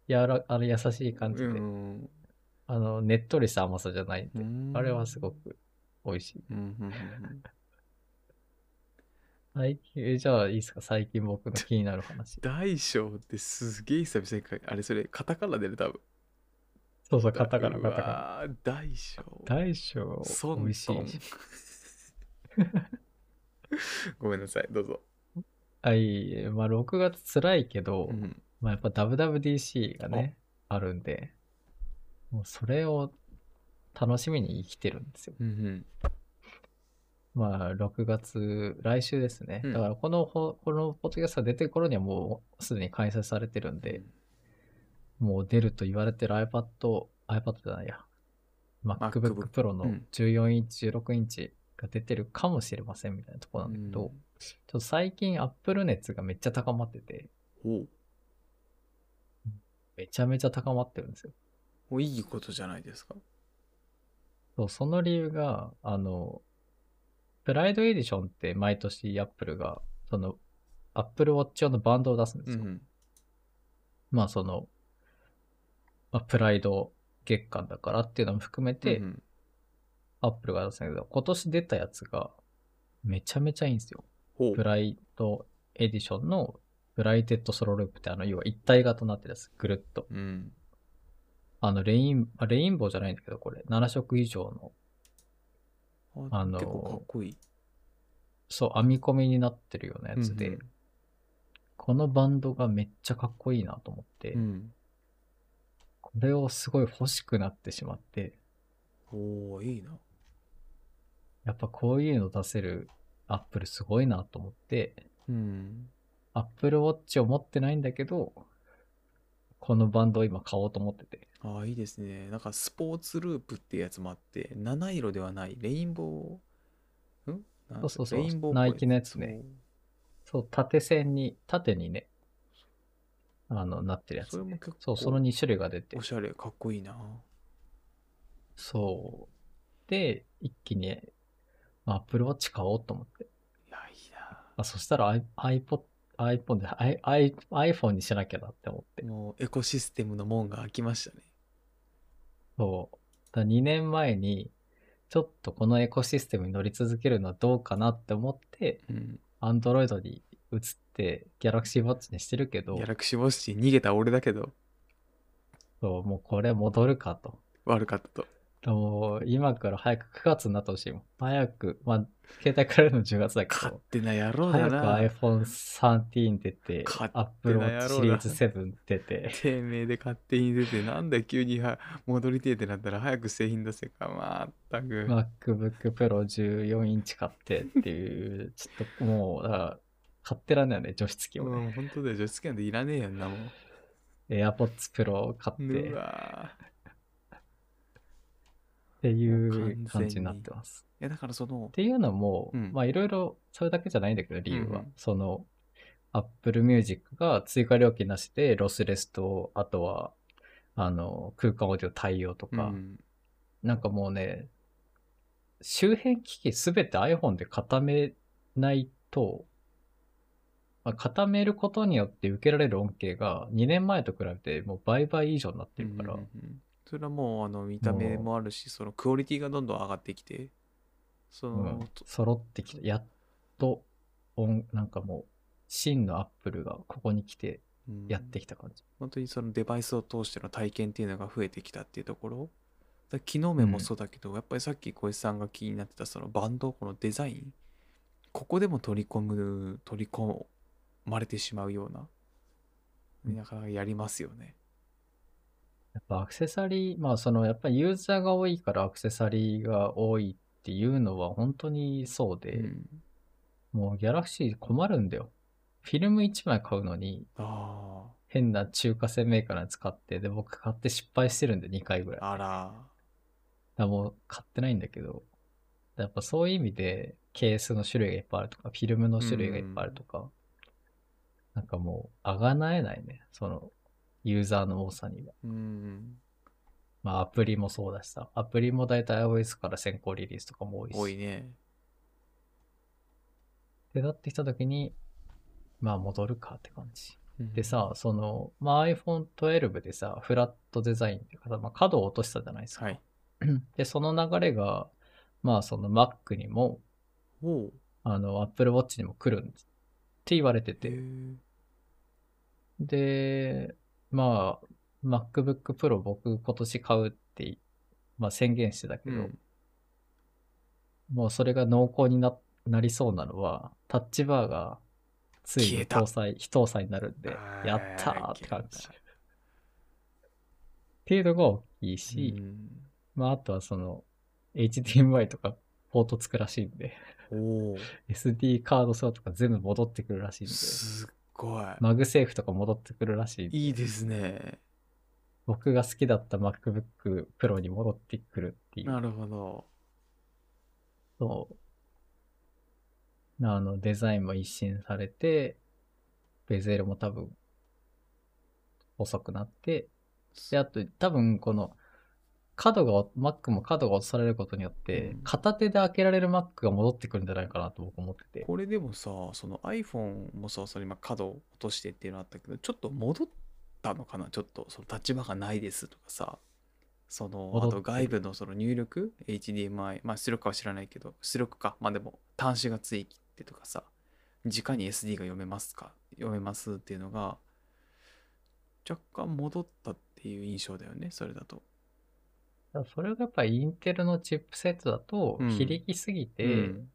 Speaker 2: やら、あの優しい感じで。
Speaker 1: うん
Speaker 2: あの、ねっとりした甘さじゃないんで、
Speaker 1: うん
Speaker 2: あれはすごく美味しい。
Speaker 1: うんうんうん。
Speaker 2: 最近、えじゃあいいですか最近僕の気になる 話
Speaker 1: 大小ってすげえ久々に書いあれそれカタカナでね多分
Speaker 2: そうそう、肩から
Speaker 1: う
Speaker 2: 肩から。
Speaker 1: わー大小
Speaker 2: 大将、
Speaker 1: ソントン
Speaker 2: 美味しい。
Speaker 1: ごめんなさいどうぞ、
Speaker 2: あ、いいえ。まあ、6月辛いけど、
Speaker 1: うん、
Speaker 2: まあ、やっぱ WWDC がね、あるんで、もうそれを楽しみに生きてるんですよ。
Speaker 1: うんうん
Speaker 2: まあ、6月、来週ですね。
Speaker 1: うん
Speaker 2: だから、このほ、このポッドキャストが出てる頃にはもうすでに開催されてるんで、もう出ると言われてる iPad、iPad じゃないや、MacBook
Speaker 1: MacBook
Speaker 2: Pro の
Speaker 1: うん
Speaker 2: 14インチ、16インチが出てるかもしれませんみたいなとこなんだけど、ちょっと最近 Apple 熱がめっちゃ高まってて、
Speaker 1: おう
Speaker 2: めちゃめちゃ高まってるんですよ。
Speaker 1: おいいことじゃないですか。
Speaker 2: そう、その理由が、あの、プライドエディションって毎年アップルが、その、アップルウォッチ用のバンドを出すんですよ。
Speaker 1: ん。
Speaker 2: まあその、まあ、プライド月間だからっていうのも含めて、
Speaker 1: うん
Speaker 2: アップルが出すんだけど、今年出たやつが、めちゃめちゃいいんですよ。
Speaker 1: ほ
Speaker 2: ブ
Speaker 1: う。
Speaker 2: ライトエディションのブライテッドソロループってあの、要は一体型になってるやつ。ぐるっと。
Speaker 1: うん。
Speaker 2: あの、レイン、あレインボーじゃないんだけど、これ、7色以上の、
Speaker 1: あ
Speaker 2: あの
Speaker 1: 結
Speaker 2: ー
Speaker 1: 構かっこいい。
Speaker 2: そう、編み込みになってるようなやつで、
Speaker 1: うん
Speaker 2: このバンドがめっちゃかっこいいなと思って、
Speaker 1: うん。
Speaker 2: これをすごい欲しくなってしまって、
Speaker 1: おおいいな。
Speaker 2: やっぱこういうの出せるアップルすごいなと思って、
Speaker 1: うん。
Speaker 2: アップルウォッチを持ってないんだけど、このバンドを今買おうと思ってて。
Speaker 1: ああ、いいですね。なんかスポーツループってやつもあって、七色ではない、レインボー、んなん
Speaker 2: そうそうそう
Speaker 1: レインボーっぽい
Speaker 2: ナイキのやつね。そう、縦線に、縦にね、あの、なってるや
Speaker 1: そうそ
Speaker 2: つ
Speaker 1: れ。も結構
Speaker 2: そう、その2種類が出て
Speaker 1: お。しゃれ、かっこいいな。
Speaker 2: そう。で、一気に、まあ、アップルウォッチ買おうと思って。
Speaker 1: いや、いいな。
Speaker 2: あ、そしたら i- iPod、iPhone で、I- I- iPhone にしなきゃなって思って。
Speaker 1: もうエコシステムの門が開きましたね。
Speaker 2: そう。だ2年前に、ちょっとこのエコシステムに乗り続けるのはどうかなって思って、
Speaker 1: うん。
Speaker 2: Android に移って、Galaxy Watch にしてるけど
Speaker 1: ギャ、ラクシーウォッチ逃げた俺だけど、
Speaker 2: そうもうこれ戻るかと。
Speaker 1: 悪かったと。
Speaker 2: でも今から早く9月になってほしいもん。早く、まあ、携帯買えるの10月だけ
Speaker 1: 勝
Speaker 2: ど、
Speaker 1: 手な野郎だ
Speaker 2: 早く
Speaker 1: な。
Speaker 2: iPhone13 出て、
Speaker 1: 勝
Speaker 2: Apple
Speaker 1: 手な野郎だ
Speaker 2: Watch シリーズ7出て、
Speaker 1: てめえで勝手に出て、なんだ急には戻りてえってなったら早く製品出せか、まったく。
Speaker 2: MacBook Pro 14インチ買ってっていう、ちょっともう、だから買ってらんないよね、除湿機をね。
Speaker 1: うん、本当だよ、女子なんていらねえやんな、もう。
Speaker 2: AirPods Pro 買って
Speaker 1: う
Speaker 2: っ
Speaker 1: わーい
Speaker 2: ていう感じになってます。
Speaker 1: や、だからその
Speaker 2: っ、ていうのも、
Speaker 1: うん
Speaker 2: まあいろいろそれだけじゃないんだけど理由は、
Speaker 1: うんうん
Speaker 2: その Apple Music が追加料金なしでロスレスとあとはあの空間オーディオ対応と
Speaker 1: う
Speaker 2: か、
Speaker 1: ん、
Speaker 2: なんかもうね周辺機器すべて iPhone で固めないと、まあ、固めることによって受けられる恩恵が2年前と比べてもう倍々以上になってるから、
Speaker 1: うんうんうんそれはもう、あの、見た目もあるし、そのクオリティがどんどん上がってきて、そ
Speaker 2: うん
Speaker 1: の、と
Speaker 2: 揃ってきたやっと音なんかもう真の Apple がここに来て
Speaker 1: うん
Speaker 2: やってきた感じ。
Speaker 1: 本当にそのデバイスを通しての体験っていうのが増えてきたっていうところだから機能面もそうだけど、やっぱりさっき小石さんが気になってたそのバンドこのデザインここでも取り込む取り込まれてしまうような
Speaker 2: うん
Speaker 1: なかなかやりますよね、
Speaker 2: やっぱアクセサリー、まあそのやっぱりユーザーが多いからアクセサリーが多いっていうのは本当にそうで、
Speaker 1: うん
Speaker 2: もうギャラクシー困るんだよ。フィルム1枚買うのに
Speaker 1: あ
Speaker 2: 変な中華製メーカーのやつ買って、で僕買って失敗してるんで2回ぐらい。だ
Speaker 1: あ
Speaker 2: か
Speaker 1: あら
Speaker 2: らもう買ってないんだけど、やっぱそういう意味でケースの種類がいっぱいあるとか、フィルムの種類がいっぱいあるとか、なんかもうあがなえないね、そのユーザーの多さには。
Speaker 1: うん
Speaker 2: まあアプリもそうだしさ、アプリも大体 iOS から先行リリースとかも多いし。
Speaker 1: 多いね
Speaker 2: で、なってきた時に、まあ戻るかって感じ。
Speaker 1: うん
Speaker 2: でさ、その、まあ iPhone12 でさ、フラットデザインっていうかさ、まあ角を落としたじゃないですか。
Speaker 1: はい
Speaker 2: で、その流れが、まあその Mac にも、
Speaker 1: おう
Speaker 2: あの Apple Watch にも来るんですって言われて
Speaker 1: へ
Speaker 2: て。
Speaker 1: ー
Speaker 2: で、まあ MacBook Pro 僕今年買うって、まあ宣言してたけ
Speaker 1: う
Speaker 2: ど、
Speaker 1: ん
Speaker 2: もうそれが濃厚にななりそうなのは、タッチバーがつい
Speaker 1: 消え
Speaker 2: に
Speaker 1: た
Speaker 2: 搭載、非搭載になるんで
Speaker 1: あ、ー
Speaker 2: やったーって感じ。
Speaker 1: 消え
Speaker 2: っ、ていうのが大きいし、
Speaker 1: うん
Speaker 2: まああとはその HDMI とかポートつくらしいんで、
Speaker 1: おう
Speaker 2: SD カード層とか全部戻ってくるらしいんで、
Speaker 1: すっごい、
Speaker 2: マグセーフとか戻ってくるらしいんで
Speaker 1: いいですね
Speaker 2: 僕が好きだった MacBook Pro に戻ってくるっていう
Speaker 1: なるほど
Speaker 2: そう。あの、デザインも一新されて、ベゼルも多分、細くなって、で、あと多分この角が、マックも角が落とされることによって
Speaker 1: うん、
Speaker 2: 片手で開けられるマックが戻ってくるんじゃないかなと僕思ってて。
Speaker 1: これでもさ、その iPhone もさ、それ今角を落としてっていうのあったけど、ちょっと戻ったのかなちょっとその立場がないですとかさ、その、
Speaker 2: 戻
Speaker 1: あ
Speaker 2: ってる
Speaker 1: と外部のその入力、HDMI、まあ出力かは知らないけど、出力か、まあでも端子がつい切ってとかさ、直に SD が読めますか、読めますっていうのが、若干戻ったっていう印象だよね、それだと。
Speaker 2: だからそれがやっぱインテルのチップセットだと
Speaker 1: うん、
Speaker 2: 非きすぎて、
Speaker 1: うん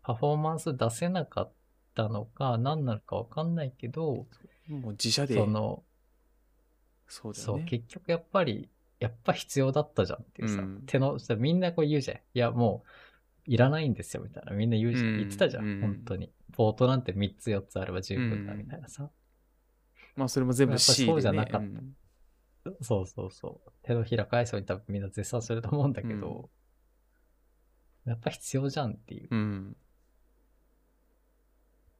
Speaker 2: パフォーマンス出せなかったのか、何なのかわかんないけど、
Speaker 1: もう自社で、
Speaker 2: その、
Speaker 1: そうだ
Speaker 2: そ
Speaker 1: よ
Speaker 2: う、
Speaker 1: ね。
Speaker 2: 結局やっぱり、やっぱ必要だったじゃんっていうさ、
Speaker 1: うん
Speaker 2: 手の、さみんなこう言うじゃん。いや、もう、いらないんですよ、みたいな。みんな言うじゃ
Speaker 1: うん
Speaker 2: ん。言ってたじゃん、
Speaker 1: うん
Speaker 2: 本当に。ポートなんて3つ4つあれば十分だ、みたいなさ、
Speaker 1: まあそれも全部 C で、ね。
Speaker 2: やっぱそうじゃなかった
Speaker 1: うん
Speaker 2: そうそうそう。手のひら返すように多分みんな絶賛すると思うんだけど、やっぱ必要じゃんっていうと
Speaker 1: うん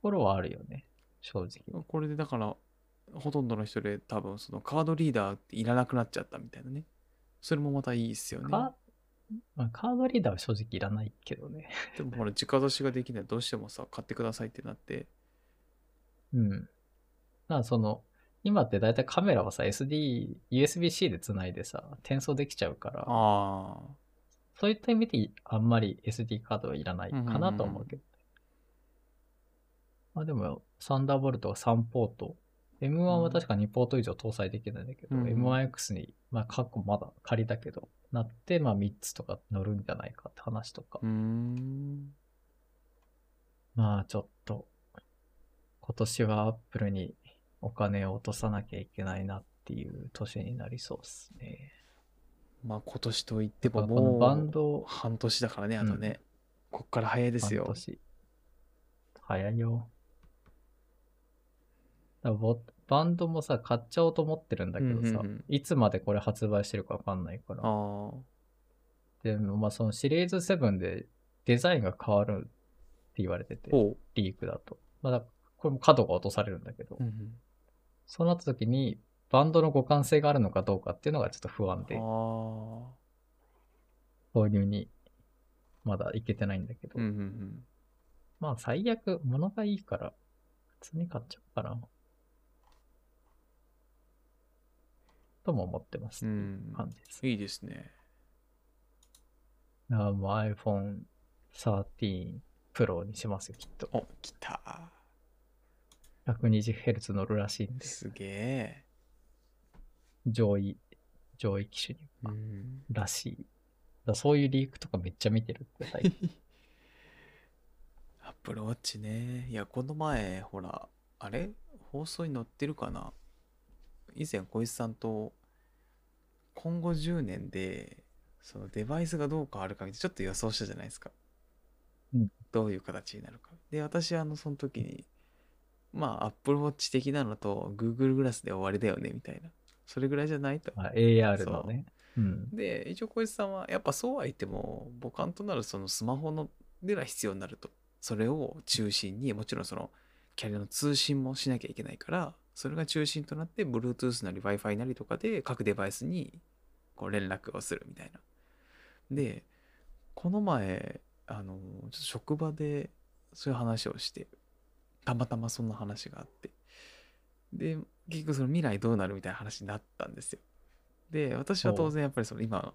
Speaker 2: ころはあるよね。正直。
Speaker 1: これでだからほとんどの人で多分そのカードリーダーっていらなくなっちゃったみたいなねそれもまたいいっすよね
Speaker 2: かまあカードリーダーは正直いらないけどね。
Speaker 1: でもほら直差しができないどうしてもさ買ってくださいってなって
Speaker 2: うん。まあその、今って大体カメラはさ、SD、USB-C で繋いでさ、転送できちゃうから、
Speaker 1: ああ
Speaker 2: そういった意味であんまり SD カードはいらないかなと思うけど。まあでも、サンダーボルトは3ポート。M1 は確か2ポート以上搭載できないんだけど、
Speaker 1: うん
Speaker 2: M1X に、まあ過去まだ仮だけど、なって、まあ3つとか乗るんじゃないかって話とか
Speaker 1: うー。ん
Speaker 2: まあちょっと、今年はアップルにお金を落とさなきゃいけないなっていう年になりそうですね。
Speaker 1: まあ今年といって
Speaker 2: こ
Speaker 1: も
Speaker 2: のバン
Speaker 1: もう
Speaker 2: ド
Speaker 1: 半年だからねあとね、こっから早いです
Speaker 2: 半
Speaker 1: よ
Speaker 2: 年。早いよ。だからボバンドもさ、買っちゃおうと思ってるんだけどさ、
Speaker 1: うんうんうん
Speaker 2: いつまでこれ発売してるかわかんないか
Speaker 1: あ
Speaker 2: ら。
Speaker 1: あ
Speaker 2: でもまあそのシリーズ7でデザインが変わるって言われてて、
Speaker 1: ほ
Speaker 2: リークだと。まあだこれも角が落とされるんだけど。
Speaker 1: う、うん
Speaker 2: そうなった時に、バンドの互換性があるのかどうかっていうのがちょっと不安
Speaker 1: う
Speaker 2: で、
Speaker 1: ん、ああ
Speaker 2: 購入にまだいけてないんだけど、
Speaker 1: うんうんうん
Speaker 2: まあ最悪、物がいいから、普通に買っちゃおうかな。とも思ってます。
Speaker 1: うん
Speaker 2: 感じです。
Speaker 1: いいですね
Speaker 2: だからもう iPhone 13 Pro にしますよ、きっと。
Speaker 1: お来た
Speaker 2: 120Hz 乗るらしいんで、
Speaker 1: すげえ、
Speaker 2: 上位、上位機種に
Speaker 1: う
Speaker 2: は、
Speaker 1: ん、
Speaker 2: らしい。だからそういうリークとかめっちゃ見てるって 最近
Speaker 1: アップルウォッチね。いや、この前、ほら、あれ放送に載ってるかな以前、小石さんと、今後10年で、そのデバイスがどう変わるかってちょっと予想したじゃないですか。
Speaker 2: うん
Speaker 1: どういう形になるか。で、私、あの、その時に、まあ、アップルウォッチ的なのと、Google グラスで終わりだよね、みたいな。それぐらいじゃないと。
Speaker 2: まあ AR のね。うん。
Speaker 1: で一応小石さんはやっぱそうは言っても母艦となるそのスマホのでは必要になるとそれを中心にもちろんそのキャリアの通信もしなきゃいけないからそれが中心となって Bluetooth なり Wi-Fi なりとかで各デバイスにこう連絡をするみたいな。でこの前あのちょっと職場でそういう話をしてたまたまそんな話があってで結局その未来どうなるみたいな話になったんですよ。で私は当然やっぱりその今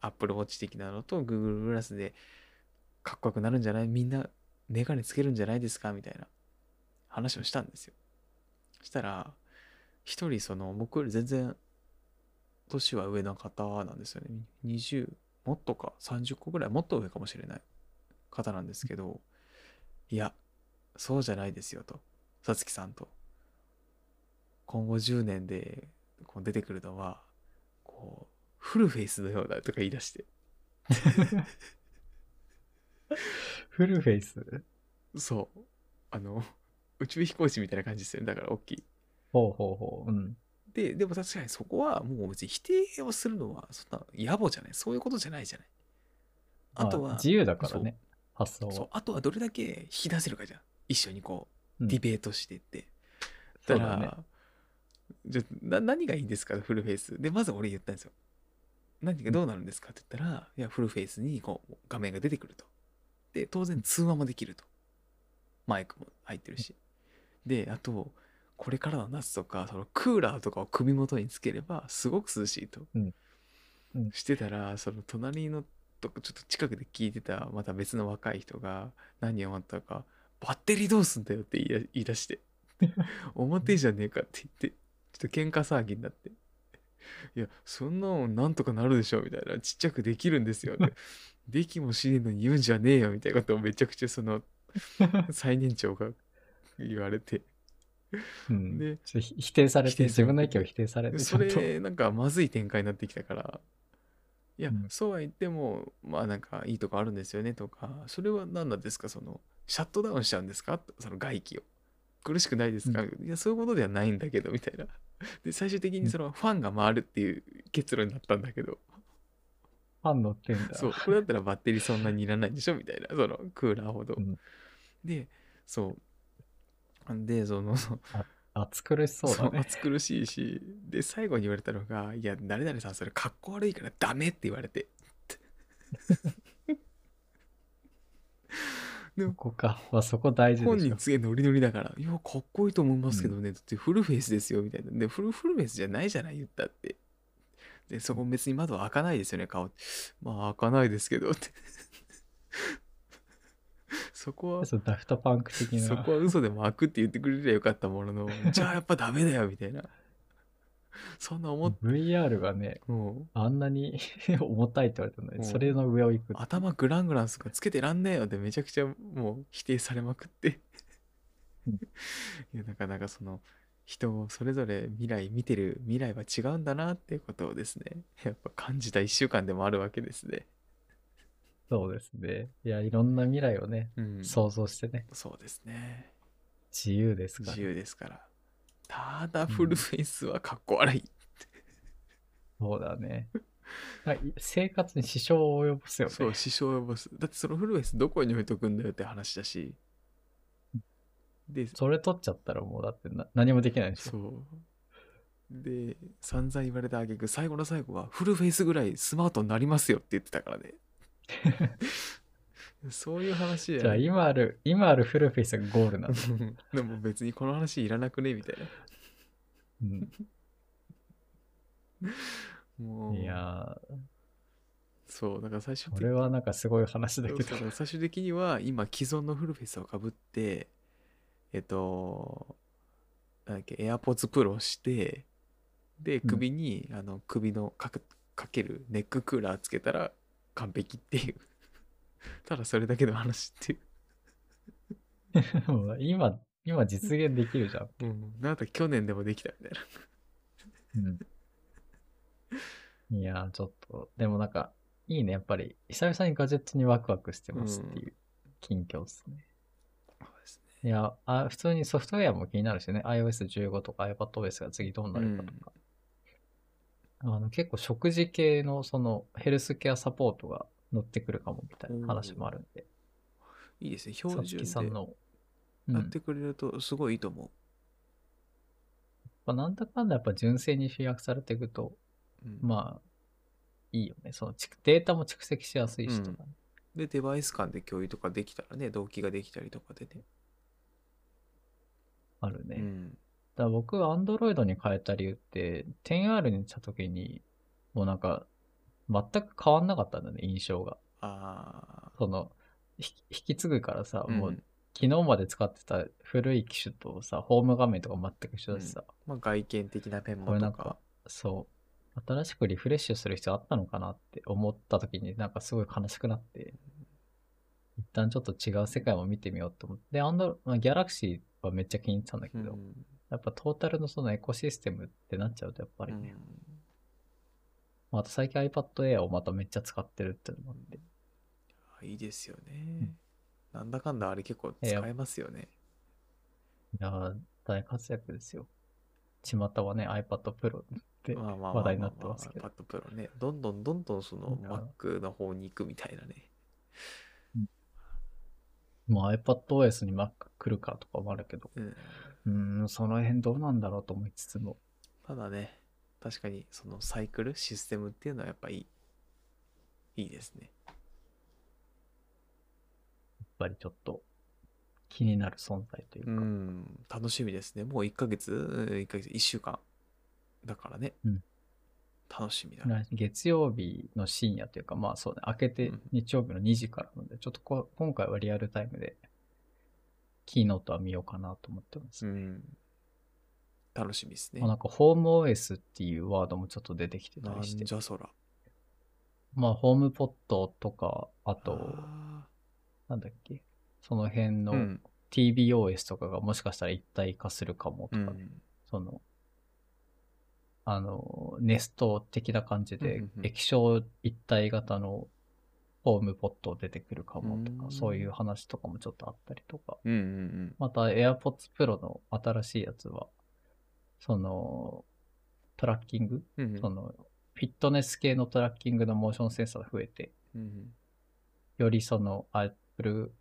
Speaker 1: Apple Watch 的なのと Google グラスでかっこよくなるんじゃないみんなメガネつけるんじゃないですかみたいな話をしたんですよ。したら一人その僕より全然年は上の方なんですよね。20もっとか30個ぐらいもっと上かもしれない方なんですけどいやそうじゃないですよとさつきさんと今後10年でこう出てくるのはこうフルフェイスのようだとか言い出して
Speaker 2: フルフェイス
Speaker 1: そうあの宇宙飛行士みたいな感じですよねだから大きい
Speaker 2: ほうほうほう。うん。
Speaker 1: ででも確かにそこはもう別に否定をするのはそんな野暮じゃないそういうことじゃないじゃないあとは、
Speaker 2: ま自由だからね。発想
Speaker 1: そう
Speaker 2: は。
Speaker 1: あとはどれだけ引き出せるかじゃん一緒にこう
Speaker 2: うん
Speaker 1: ディベートしてって、だ
Speaker 2: そう
Speaker 1: か
Speaker 2: だ
Speaker 1: ら
Speaker 2: ね
Speaker 1: じゃあな何がいいんですかフルフェイス。で、まず俺言ったんですよ。何がどうなるんですかって言ったら、いや、フルフェイスにこう画面が出てくると。で、当然通話もできると。マイクも入ってるし。で、あと、これからの夏とか、そのクーラーとかを首元につければ、すごく涼しいと。
Speaker 2: うんうん
Speaker 1: してたら、その隣のとこ、ちょっと近くで聞いてた、また別の若い人が、何を思ったか、バッテリーどうすんだよって言い言い出して、表じゃねえかって言って、ちょっと喧嘩騒ぎになって。いや、そんなのなんとかなるでしょみたいな。ちっちゃくできるんですよね。できもしねえのに言うんじゃねえよみたいなことをめちゃくちゃその最年長が言われて。
Speaker 2: うん
Speaker 1: で
Speaker 2: ちょっとひ否定され
Speaker 1: 否定
Speaker 2: て、
Speaker 1: さ
Speaker 2: 自
Speaker 1: れて
Speaker 2: 分の意見を否定されて、
Speaker 1: そ
Speaker 2: ちょっと
Speaker 1: れなんかまずい展開になってきたからいや、
Speaker 2: うん
Speaker 1: そうは言ってもまあなんかいいとこあるんですよねとかそれは何なんですかそのシャットダウンしちゃうんですかその外気を苦しくないですか、いやそういうことではないんだけどみたいな で最終的にそのファンが回るっていう結論になったんだけど、
Speaker 2: ファン乗ってんだ。
Speaker 1: そうこれだったらバッテリーそんなにいらないんでしょみたいなそのクーラーほど、
Speaker 2: うん
Speaker 1: でそうでその
Speaker 2: 暑苦しそうだね。
Speaker 1: 暑苦しいしで最後に言われたのが「いや誰々さんそれかっこ悪いからダメ」って言われ て
Speaker 2: ここか。まあ、そこ大事
Speaker 1: 本
Speaker 2: でし
Speaker 1: 人
Speaker 2: ょ。
Speaker 1: すげえノリノリだから「いやかっこいいと思いますけどね」だってフルフェイスですよみたいなでフルフルフェイスじゃないじゃない言ったってでそこ別に窓開かないですよね顔まあ開かないですけど ってそこは
Speaker 2: そうダフトパンク的
Speaker 1: そ
Speaker 2: な
Speaker 1: こ。は嘘でも開くって言ってくれりゃよかったもののじゃあやっぱダメだよみたいなそんな 思っ
Speaker 2: VR がね、
Speaker 1: もう
Speaker 2: あんなに 重たいって言われたの
Speaker 1: うん
Speaker 2: に、それの上を行 く。
Speaker 1: 頭グラングランとかつけてらんねえよってめちゃくちゃもう否定されまくって
Speaker 2: う ん
Speaker 1: いやなかなかその人それぞれ未来見てる未来は違うんだなっていうことをですねやっぱ感じた1週間でもあるわけですね、
Speaker 2: そうですね。いや、いろんな未来をね、
Speaker 1: うん、
Speaker 2: 想像してね、
Speaker 1: そうですね
Speaker 2: 自由ですから
Speaker 1: 自。由ですからただフルフェイスはかっこ悪い、
Speaker 2: そうだね。 なんかい生活に支障を及ぼすよね。
Speaker 1: そう支障を及ぼすだってそのフルフェイスどこに置いとくんだよって話だしで
Speaker 2: それ取っちゃったらもうだってな何もできないでしょ。
Speaker 1: そう。で、散々言われた挙句、最後の最後は、フルフェイスぐらいスマートになりますよって言ってたからね。 そういう話
Speaker 2: じゃあ
Speaker 1: い
Speaker 2: 今ある、今あるフルフェイスがゴールなの。
Speaker 1: でも別にこの話いらなくねみたい
Speaker 2: うん、
Speaker 1: な。もう、
Speaker 2: いやー、
Speaker 1: そう、だから最終
Speaker 2: こ
Speaker 1: 的
Speaker 2: れはなんかすごい話だけ
Speaker 1: そ
Speaker 2: ど
Speaker 1: うだ。から最終的には、今既存のフルフェイスをかぶって、えっと、なんだっけ、AirPods Pro をして、で、
Speaker 2: うん
Speaker 1: 首に、あの、首のかくかけるネッククーラーつけたら完璧っていう。 ただそれだけの話っていう。
Speaker 2: もう 今、今実現できるじゃん。
Speaker 1: うん。なんだ去年でもできたみたいな。
Speaker 2: いやー、ちょっと、でもなんか、いいね、やっぱり、久々にガジェットにワクワクしてますっていう近況ですね。いやあ、普通にソフトウェアも気になるしね、iOS15 とか iPadOS が次どうなるかとか。あの結構食事系のそのヘルスケアサポートが乗ってくるかもみたいな話もあるんで、
Speaker 1: いいですね。
Speaker 2: さ
Speaker 1: 標
Speaker 2: つ
Speaker 1: 準
Speaker 2: きさん
Speaker 1: で
Speaker 2: の。うん、
Speaker 1: や
Speaker 2: や
Speaker 1: ってくれるとすごいいいと思
Speaker 2: っぱなんだかんだやっぱ純正に集約されていくと、
Speaker 1: う。うん
Speaker 2: まあ、いいよね。その蓄データも蓄積しやすいしとかね、
Speaker 1: で、デバイス間で共有とかできたらね、動機ができたりとかでね。
Speaker 2: あるね。
Speaker 1: うん。
Speaker 2: だから僕、Android に変えた理由って、10R にした時に、もうなんか、全く変わんなかったんだね、印象が。
Speaker 1: あ
Speaker 2: その、ひ引き継ぐからさ、
Speaker 1: あ。
Speaker 2: もうんう昨日まで使ってた古い機種とさ、ホーム画面とか全く一緒だしさ、
Speaker 1: まあ、外見的なペン
Speaker 2: こ
Speaker 1: も
Speaker 2: れな
Speaker 1: と
Speaker 2: ん
Speaker 1: か
Speaker 2: か。そう、新しくリフレッシュする必要あったのかなって思った時になんかすごい悲しくなって、一旦ちょっと違う世界も見てみようと思って、で、アンドロ、まあ、ギャラクシーはめっちゃ気に入ってたんだけ
Speaker 1: うん
Speaker 2: ど、やっぱトータルのそのエコシステムってなっちゃうとやっぱりね、
Speaker 1: うん
Speaker 2: まあ、あと最近 iPad Air をまためっちゃ使ってるっていうのもあって、
Speaker 1: いいですよね。なんだかんだあれ結構
Speaker 2: いや
Speaker 1: 使えますよね。
Speaker 2: いやー大活躍ですよ。巷はね、iPad Pro や
Speaker 1: まあまあ
Speaker 2: 話題になってますけど
Speaker 1: iPad Pro ね。どんどんどんどんその
Speaker 2: なん
Speaker 1: Mac の方に行くみたいなね。
Speaker 2: まあ iPadOS に Mac 来るかとかもあるけど、
Speaker 1: うん。
Speaker 2: うーん、その辺どうなんだろうと思いつつも、
Speaker 1: ただね、確かにそのサイクル、システムっていうのはやっぱいい。いいですね。
Speaker 2: ぱりちょっと気になる存在という
Speaker 1: う
Speaker 2: か。
Speaker 1: ん、楽しみですね。もう1ヶ月、1ヶ月、1週間だからね。
Speaker 2: うん
Speaker 1: 楽しみだ。
Speaker 2: 来月曜日の深夜というか、まあそうね、明けて
Speaker 1: うん
Speaker 2: 日曜日の2時からなので、ちょっとこ今回はリアルタイムで、キーノートは見ようかなと思ってます。
Speaker 1: うん。楽しみですね
Speaker 2: まあ。なんか、ホーム OS っていうワードもちょっと出てきてた
Speaker 1: なん
Speaker 2: りして、
Speaker 1: じゃそら。
Speaker 2: まあ、ホームポットとか、あと、
Speaker 1: あ
Speaker 2: なんだっけ、その辺
Speaker 1: ー
Speaker 2: の
Speaker 1: うん。
Speaker 2: TBOS とかがもしかしたら一体化するかもと
Speaker 1: う
Speaker 2: かね、
Speaker 1: ん。
Speaker 2: その、あの、ネスト的な感じ
Speaker 1: うん
Speaker 2: で
Speaker 1: うんう、ん
Speaker 2: 液晶一体型のホームポット出てくるかもと
Speaker 1: う
Speaker 2: か、
Speaker 1: ん
Speaker 2: そういう話とかもちょっとあったりとか、
Speaker 1: うんうん
Speaker 2: また AirPods Pro の新しいやつは、その、トラッキング、
Speaker 1: うん。うん
Speaker 2: その、フィットネス系のトラッキングのモーションセンサーが増えて、
Speaker 1: うん。
Speaker 2: よりその Apple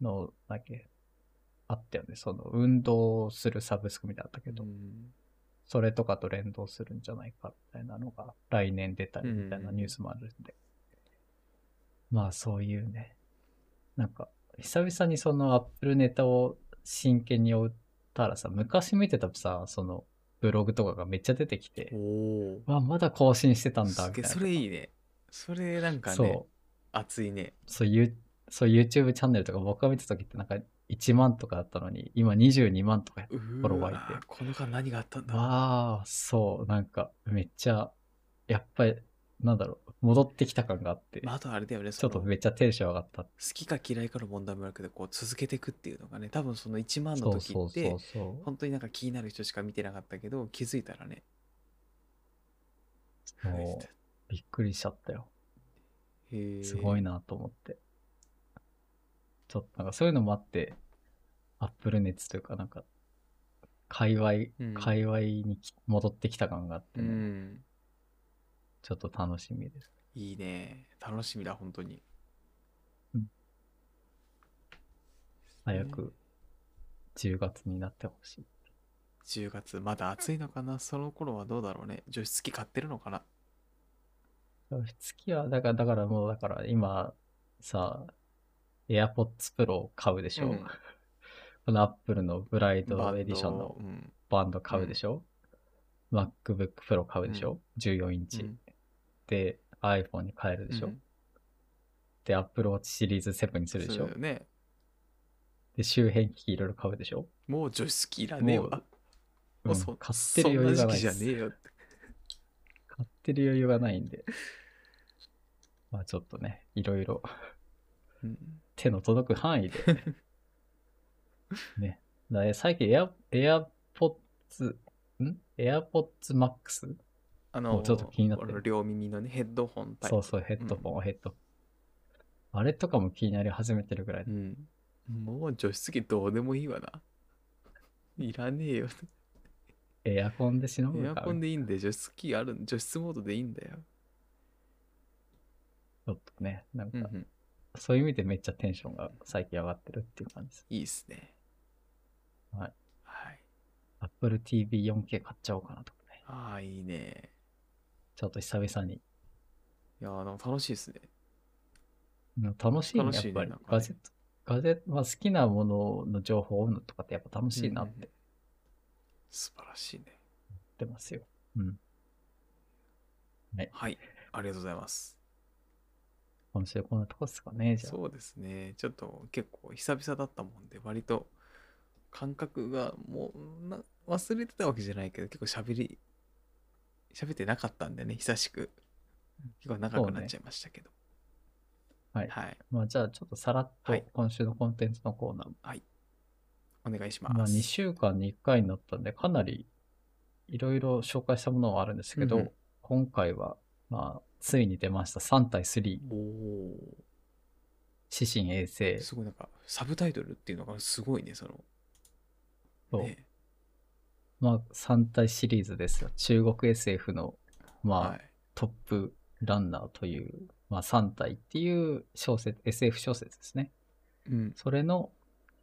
Speaker 2: の、だっけ、あったよね、その運動するサブスクみたいなのあったけど
Speaker 1: う、ん
Speaker 2: それとかと連動するんじゃないかみたいなのが来年出たりみたいなニュースもあるんで。まあそういうね。なんか、久々にそのアップルネタを真剣に追ったらさ、昔見てたさ、そのブログとかがめっちゃ出てきて、
Speaker 1: お
Speaker 2: わ、まだ更新してた
Speaker 1: お。
Speaker 2: んだ
Speaker 1: す
Speaker 2: み
Speaker 1: げえ
Speaker 2: たいな。
Speaker 1: それいいね。それなんかね
Speaker 2: そ、
Speaker 1: 熱いね。
Speaker 2: う、そういう、そう YouTube チャンネルとか僕が見た時ってなんか1万とかだったのに、今22万とかやって
Speaker 1: うー
Speaker 2: フォロワーいて
Speaker 1: わこの間何があったんだ
Speaker 2: ああ、そう、なんか、めっちゃ、やっぱり、なんだろう、戻ってきた感があって、
Speaker 1: まあ、あとあれだよね、
Speaker 2: ちょっ
Speaker 1: そ
Speaker 2: と
Speaker 1: の
Speaker 2: めっちゃテンション上がった。
Speaker 1: 好きか嫌いかの問題もあるけど、こう続けていくっていうのがね、多分その1万の
Speaker 2: そう
Speaker 1: 時
Speaker 2: そう
Speaker 1: っ
Speaker 2: そ
Speaker 1: て
Speaker 2: う、そう。
Speaker 1: 本当になんか気になる人しか見てなかったけど、気づいたらね、増え
Speaker 2: も
Speaker 1: てた
Speaker 2: う、びっくりしちゃったよ。
Speaker 1: へー
Speaker 2: すごいなと思って。ちょっと、なんかそういうのもあって、アップル熱というか、なんか、界隈、
Speaker 1: うん
Speaker 2: 界隈にき戻ってきた感があって
Speaker 1: う
Speaker 2: ね、
Speaker 1: ん。
Speaker 2: ちょっと楽しみです。
Speaker 1: いいね。楽しみだ、本当に。
Speaker 2: うん早く10月になってほしい。
Speaker 1: 10月、まだ暑いのかなその頃はどうだろうね。除湿機買ってるのかな
Speaker 2: 付きは、だから、だからもう、だから今、さ、AirPods Pro を買うでしょ、
Speaker 1: うん
Speaker 2: この Apple のブライ
Speaker 1: バン
Speaker 2: ト
Speaker 1: ド
Speaker 2: エディションの
Speaker 1: うん。
Speaker 2: バンド買うでしょ、?MacBook Pro 買うでしょ、?14 インチ、
Speaker 1: うん
Speaker 2: で、iPhone に変えるでしょ、
Speaker 1: うん
Speaker 2: で、Apple Watch シリーズ7にするでし
Speaker 1: そう
Speaker 2: ょ
Speaker 1: だよね。
Speaker 2: で、周辺機器いろいろ買うでしょ
Speaker 1: もう除湿機いらねえ
Speaker 2: もう
Speaker 1: わ。
Speaker 2: うん
Speaker 1: もうそ
Speaker 2: 買ってる余裕
Speaker 1: そんな
Speaker 2: がない
Speaker 1: 時期じ
Speaker 2: で
Speaker 1: ゃ
Speaker 2: す。
Speaker 1: ねえよって。
Speaker 2: 買ってる余裕がないんで。まあちょっとね、いろいろ
Speaker 1: うん
Speaker 2: 手の届く範 囲で。ね。だから最近エア、エアポッツ、んエアポッツマックス
Speaker 1: あ
Speaker 2: も
Speaker 1: の
Speaker 2: う、ちょっと気になってる
Speaker 1: この両耳のね、ヘッドホンタイプ。
Speaker 2: そうそう、ヘッドフォン、ヘッドフォン。あれとかも気になり始めてるぐらい。
Speaker 1: うん。もう除湿機どうでもいいわな。いらねえよ。
Speaker 2: エアコンでしのぐ
Speaker 1: エ
Speaker 2: か
Speaker 1: アコンでいいんで、除湿機ある、除湿モードでいいんだよ。
Speaker 2: ちょっとね、なん
Speaker 1: う
Speaker 2: か
Speaker 1: ん、うん。
Speaker 2: そういう意味でめっちゃテンションが最近上がってるっていう感じです。
Speaker 1: いいっすね。
Speaker 2: はい。
Speaker 1: はい。
Speaker 2: Apple TV4K 買っちゃおうかなとかね。
Speaker 1: ああ、いいね。
Speaker 2: ちょっと久々に。
Speaker 1: いやー、なんか楽しいっすね。
Speaker 2: うん楽しいね、
Speaker 1: 楽
Speaker 2: やっ
Speaker 1: しいね
Speaker 2: ぱり
Speaker 1: なん。かね
Speaker 2: ガジェット、ガジェット、まあ好きなものの情報を追うのとかってやっぱ楽しいなって
Speaker 1: うんうん。素晴らしいね。
Speaker 2: 思ってますよ。うん。
Speaker 1: はい。ありがとうございます。
Speaker 2: 今週こんなとこっすかね、じゃあ。
Speaker 1: そうですね。ちょっと結構久々だったもんで、割と感覚がもうな忘れてたわけじゃないけど、結構喋り、喋ってなかったんでね、久しく。結構長くなっちゃいましたけど。
Speaker 2: はい
Speaker 1: はい。
Speaker 2: まあじゃあちょっとさらっと
Speaker 1: はい
Speaker 2: 今週のコンテンツのコーナー。
Speaker 1: お願いします。
Speaker 2: まあ2週間に1回になったんで、かなりいろいろ紹介したものはあるんですけど、
Speaker 1: うんうん
Speaker 2: 今回は、まあ、ついに出ました3対3、
Speaker 1: おお。
Speaker 2: 指針衛星
Speaker 1: すごいなんか、サブタイトルっていうのがすごいね、その。
Speaker 2: と、
Speaker 1: ね
Speaker 2: まあ3体シリーズですよ。中国 SF の、まあ、
Speaker 1: はい。
Speaker 2: トップランナーという、まあ3体っていう小説、SF 小説ですね。
Speaker 1: うん。
Speaker 2: それの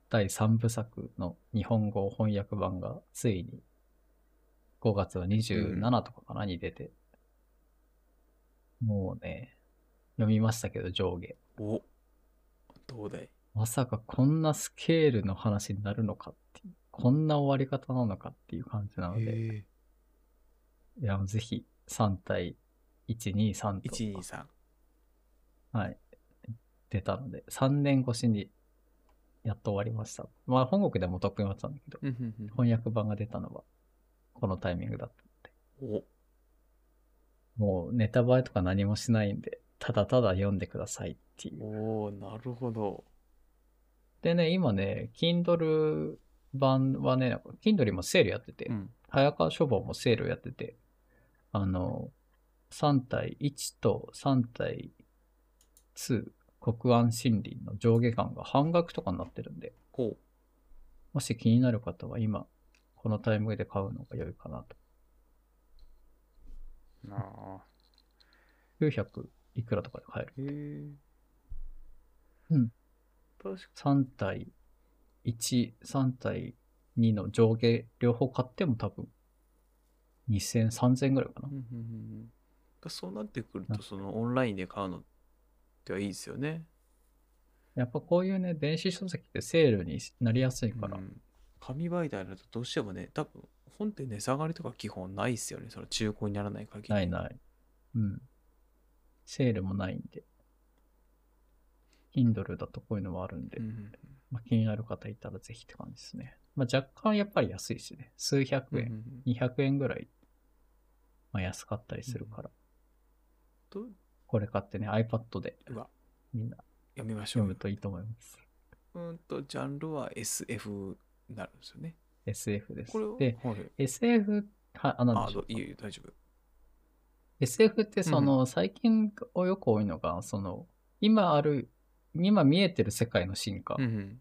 Speaker 2: 第3部作の日本語翻訳版がついに5月は27とかかなに出て。もうね、読みましたけど、上下。
Speaker 1: おどうだい
Speaker 2: まさかこんなスケールの話になるのかっていう、こんな終わり方なのかっていう感じなので、
Speaker 1: え
Speaker 2: いや、ぜひ3対1、2、3
Speaker 1: え
Speaker 2: と
Speaker 1: 123
Speaker 2: はい、出たので、3年越しにやっと終わりました。まあ、本国でもとっくに終わってたんだけど、
Speaker 1: うんうんうん
Speaker 2: 翻訳版が出たのはこのタイミングだったので、
Speaker 1: お
Speaker 2: もうネタバレとか何もしないんで、ただただ読んでくださいっていう。
Speaker 1: おーなるほど
Speaker 2: でね、今ね、Kindle 版はね、Kindle もセールやってて、
Speaker 1: うん
Speaker 2: 早川書房もセールやってて、あの、3対1と3対2、国安森林の上下感が半額とかになってるんで、
Speaker 1: ほ
Speaker 2: もし気になる方は今、このタイミングで買うのが良いかなと。
Speaker 1: うなあ
Speaker 2: 900いくらとかで買える。
Speaker 1: へえ
Speaker 2: うん
Speaker 1: 確か
Speaker 2: 3対1、3対2の上下両方買っても多分、2000、3000ぐらいかな
Speaker 1: うん。うんうんうんだそうなってくる
Speaker 2: なん
Speaker 1: とそのオンラインで買うのってはいいですよね
Speaker 2: やっぱこういうね、電子書籍ってセールになりやすいから、
Speaker 1: うん紙媒体だとどうしてもね多分本って値下がりとか基本ないっすよねその中古にならない限り
Speaker 2: ないない。うん。セールもないんで。Kindle だとこういうのもあるんで、
Speaker 1: うんうん
Speaker 2: まあ、気になる方いたらぜひって感じですね。まあ、若干やっぱり安いしね。数
Speaker 1: うん
Speaker 2: 百
Speaker 1: うんう
Speaker 2: 円、
Speaker 1: ん
Speaker 2: 200円ぐらい、まあ、安かったりするから、
Speaker 1: と
Speaker 2: これ買ってね、iPad で
Speaker 1: うわ
Speaker 2: みんな
Speaker 1: やめましょ
Speaker 2: 読む
Speaker 1: う
Speaker 2: といいと思います。
Speaker 1: うーんとジャンルは SF になるんですよね
Speaker 2: SF です
Speaker 1: これ。を
Speaker 2: で、
Speaker 1: はい
Speaker 2: SF、は、あ、なん
Speaker 1: あ
Speaker 2: でしょ
Speaker 1: ど
Speaker 2: う
Speaker 1: いいよいいよ大丈夫
Speaker 2: SF ってその、最近よく多いのがその今ある今見えてる世界の進化、
Speaker 1: うん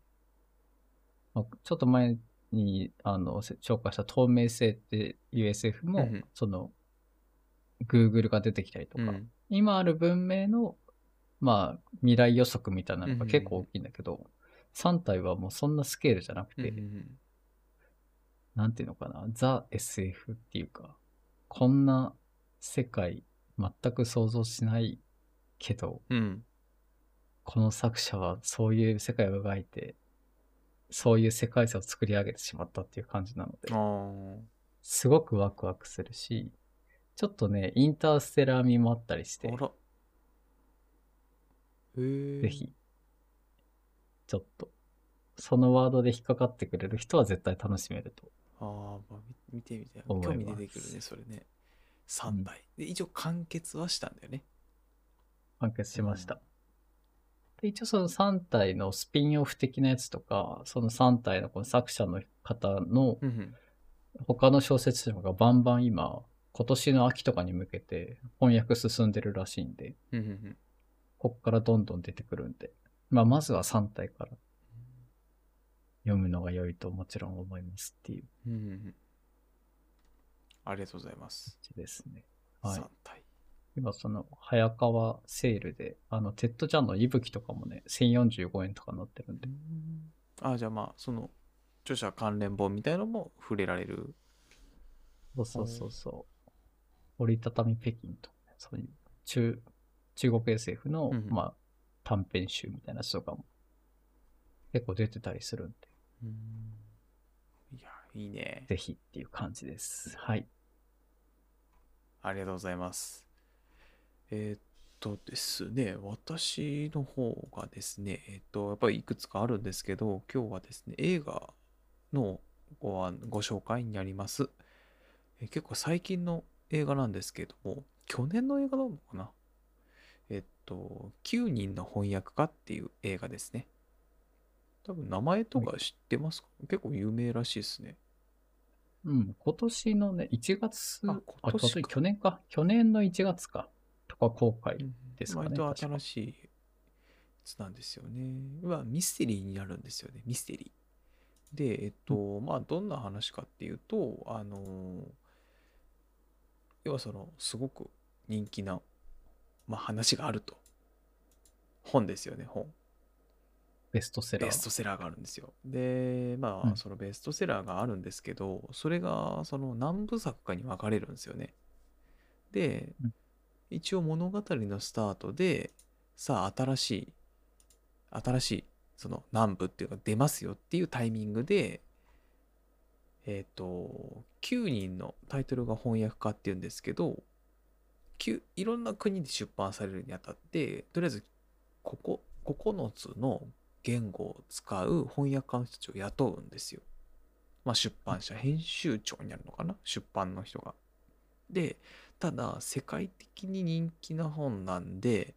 Speaker 2: まあちょっと前にあのせ紹介した透明性っていう SF も、
Speaker 1: うんうん
Speaker 2: その Google が出てきたりと
Speaker 1: う
Speaker 2: か、
Speaker 1: んうん
Speaker 2: 今ある文明のまあ未来予測みたいなのが結構大きいんだけど、3体はもうそんなスケールじゃなく
Speaker 1: うん
Speaker 2: て、
Speaker 1: うん
Speaker 2: なんていうのかな、ザ・ SF っていうか、こんな世界全く想像しないけど、
Speaker 1: うん
Speaker 2: この作者はそういう世界を描いて、そういう世界線を作り上げてしまったっていう感じなので
Speaker 1: あ、ー
Speaker 2: すごくワクワクするし、ちょっとね、インターステラー味もあったりして
Speaker 1: あ、らへえ
Speaker 2: ぜひ、ちょっと、そのワードで引っかかってくれる人は絶対楽しめると。
Speaker 1: あー、まあ、み見てみて興
Speaker 2: 思いま
Speaker 1: 味
Speaker 2: す
Speaker 1: 出てくるねそれね3体、で一応完結はしたんだよね
Speaker 2: 完結しました。で一応その3体のスピンオフ的なやつとか、その3体のこの作者の方の
Speaker 1: うんうん
Speaker 2: 他の小説者がバンバン今、今年の秋とかに向けて翻訳進んでるらしいんで、
Speaker 1: うんうん
Speaker 2: ここからどんどん出てくるんで、まあまずは3体から読むのが良いともちろん思いますっていう
Speaker 1: うんうんうんうんありがとうございます
Speaker 2: 感じですね。はい
Speaker 1: 3。体
Speaker 2: 今その早川セールで、あの、テッドちゃんの息吹とかもね、1045円とかになってるんで、
Speaker 1: あじゃあまあその著者関連本みたいのも触れられる
Speaker 2: そうそうそうそう。折りたたみ北京とかね、そういう中中国 SF の、
Speaker 1: うん
Speaker 2: まあ、短編集みたいなやつとかも結構出てたりするんで、
Speaker 1: いやいいね
Speaker 2: ぜひっていう感じです。はい。
Speaker 1: ありがとうございますえーっとですね私の方がですねえーっとやっぱりいくつかあるんですけど今日はですね映画のご案ご紹介になりますえー結構最近の映画なんですけども去年の映画なのかなえーっと9人の翻訳家っていう映画ですね多分名前とか知ってますか、結構有名らしいですね
Speaker 2: うん、今年のね、1月、
Speaker 1: あ
Speaker 2: あ、
Speaker 1: 今年か
Speaker 2: 去年去年か、去年の1月か、とか公開。ですかね
Speaker 1: 割と
Speaker 2: 確か
Speaker 1: 新しいやつなんですよね。はミステリーになるんですよね、ミステリー。で、えっと、まあ、どんな話かっていうと、あのー要はその、すごく人気な、まあ、話があると。本ですよね、本。
Speaker 2: ベストセラ
Speaker 1: ベ
Speaker 2: ー。
Speaker 1: ストセラーがあるんですよ。で、まあ、
Speaker 2: うん
Speaker 1: そのベストセラーがあるんですけど、それがその何部作かに分かれるんですよね。で、
Speaker 2: うん
Speaker 1: 一応物語のスタートで、さあ新しい、新しい、その何部っていうか出ますよっていうタイミングで、えっ、と、9人のタイトルが翻訳家っていうんですけど、きいろんな国で出版されるにあたって、とりあえずここ、9つの言語を使う翻訳家の人たちを雇うんですよ。まあ、出版社、編集長になるのかな出版の人が。で、ただ、世界的に人気な本なんで、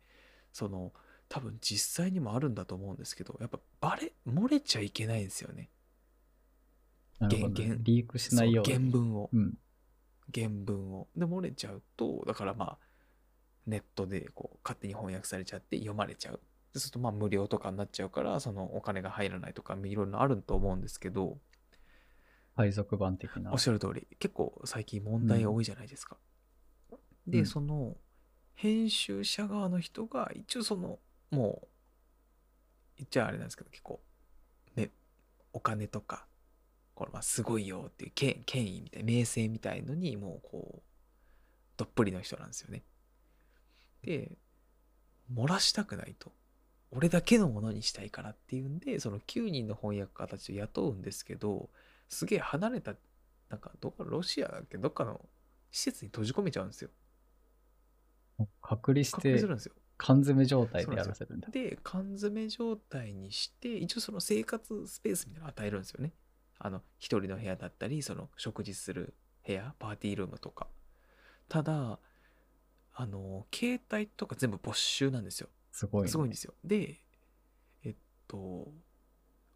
Speaker 1: その、多分実際にもあるんだと思うんですけど、やっぱバレ、漏れちゃいけないんですよね。
Speaker 2: なるほど
Speaker 1: 原原
Speaker 2: リークしないよう
Speaker 1: そう
Speaker 2: に。
Speaker 1: 原文を。
Speaker 2: うん。
Speaker 1: 原文を。で、漏れちゃうと、だからまあ、ネットでこう勝手に翻訳されちゃって読まれちゃう。でそうするとまあ無料とかになっちゃうから、そのお金が入らないとか、いろいろあると思うんですけど、
Speaker 2: 海賊版的な
Speaker 1: おっ。しゃる通り、結構最近問題多いじゃないですか。で、
Speaker 2: うん
Speaker 1: その、編集者側の人が、一応その、もう、言っちゃあれなんですけど、結構、ね、お金とか、これはすごいよっていう権権威みたいな、名声みたいのに、もうこう、どっぷりの人なんですよね。で、漏らしたくないと。俺だけのものにしたいからっていうんで、その9人の翻訳家たちを雇うんですけど、すげえ離れた、なんか、どっか、ロシアだっけ、どっかの施設に閉じ込めちゃうんですよ。
Speaker 2: 隔離し
Speaker 1: 隔離
Speaker 2: て
Speaker 1: するんですよ。
Speaker 2: 缶詰状態でやらせるんだ。
Speaker 1: で、缶詰状態にして、一応その生活スペースみたいなの与えるんですよね。あの、一人の部屋だったり、その食事する部屋、パーティールームとか。ただ、あの、携帯とか全部没収なんですよ。
Speaker 2: すごいね。
Speaker 1: すごいんですよ。で、えっと、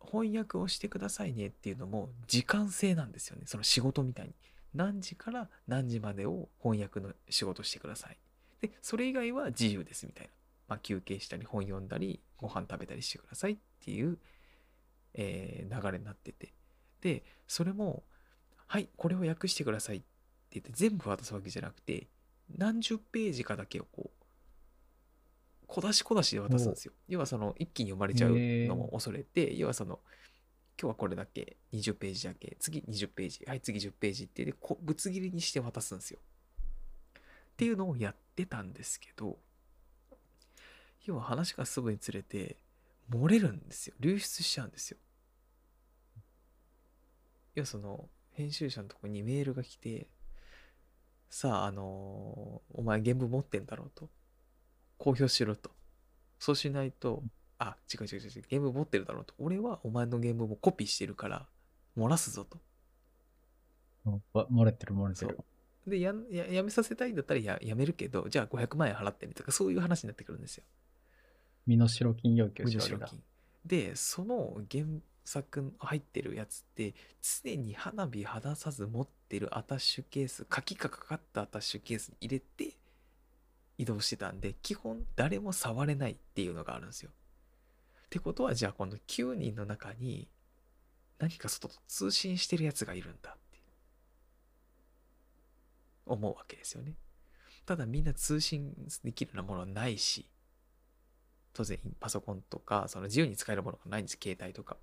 Speaker 1: 翻訳をしてくださいねっていうのも時間制なんですよね。その仕事みたいに。何時から何時までを翻訳の仕事してください。で、それ以外は自由ですみたいな。まあ、休憩したり本読んだりご飯食べたりしてくださいっていう、えー流れになってて。で、それも、はい、これを訳してくださいって言って全部渡すわけじゃなくて、何十ページかだけをこう、小出し小出しで渡すんですよ。要はその一気に読まれちゃうのも恐れて、要はその、今日はこれだけ、20ページだけ、次20ページ、はい、次10ページってで、こうぶつ切りにして渡すんですよ。っていうのをやってたんですけど、要は話が進むにつれて、漏れるんですよ。流出しちゃうんですよ。要はその、編集者のとこにメールが来て、さあ、あのーお前原文持ってんだろうと。公表しろと。そうしないと、あ、違う違う違う違う、原文持ってるだろうと。俺はお前の原文もコピーしてるから、漏らすぞと。
Speaker 2: うんわ漏れてる漏れてる。
Speaker 1: でやんややめさせたいんだったらややめるけどじゃあ500万円払ってねとかそういう話になってくるんですよ。
Speaker 2: 身の代金要求し
Speaker 1: 無
Speaker 2: ろ
Speaker 1: 料
Speaker 2: だ。
Speaker 1: 金でその原作の入ってるやつって常に花火離さず持ってるアタッシュケース鍵がかかったアタッシュケースに入れて移動してたんで基本誰も触れないっていうのがあるんですよ。ってことはじゃあこの9人の中に何か外と通信してるやつがいるんだって思うわけですよね。ただみんな通信できるようなものはないし当然パソコンとかその自由に使えるものがないんです携帯とかっ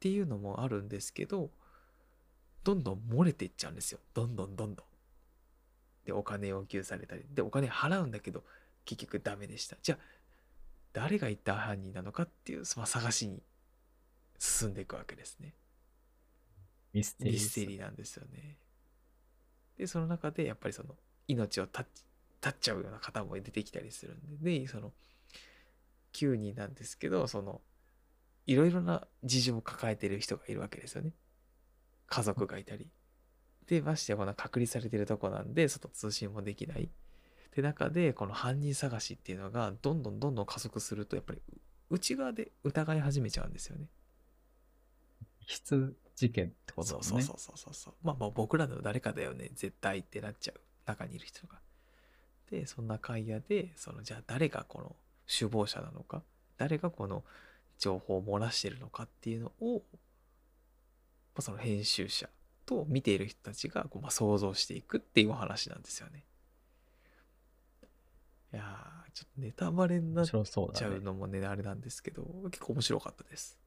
Speaker 1: ていうのもあるんですけどどんどん漏れていっちゃうんですよどんどんどんどんでお金要求されたりでお金払うんだけど結局ダメでしたじゃあ誰が一体犯人なのかっていう、まあ、探しに進んでいくわけですね
Speaker 2: ミステリ
Speaker 1: ミ
Speaker 2: ー
Speaker 1: ステリーなんですよね。で、その中でやっぱりその命を絶っ絶っちゃうような方も出てきたりするんで、で、その9人なんですけど、そのいろいろな事情を抱えてる人がいるわけですよね。家族がいたり。で、ましてやこの隔離されてるとこなんで、外通信もできない。って中で、この犯人探しっていうのがどんどんどんどん加速すると、やっぱり内側で疑い始めちゃうんですよね。
Speaker 2: 必事件ってことだ
Speaker 1: そ
Speaker 2: も
Speaker 1: うんそう
Speaker 2: ね
Speaker 1: そうそうそうそうまあもう僕らの誰かだよね絶対ってなっちゃう中にいる人がでそんな会話でそのじゃあ誰がこの首謀者なのか誰がこの情報を漏らしてるのかっていうのを、まあ、その編集者と見ている人たちがこう、まあ、想像していくっていうお話なんですよねいやーちょっとネタバレにな
Speaker 2: 面
Speaker 1: っ
Speaker 2: 白そう
Speaker 1: ち
Speaker 2: だ
Speaker 1: ゃ
Speaker 2: ね
Speaker 1: う。のもね、あれなんですけど、結構面白かったです。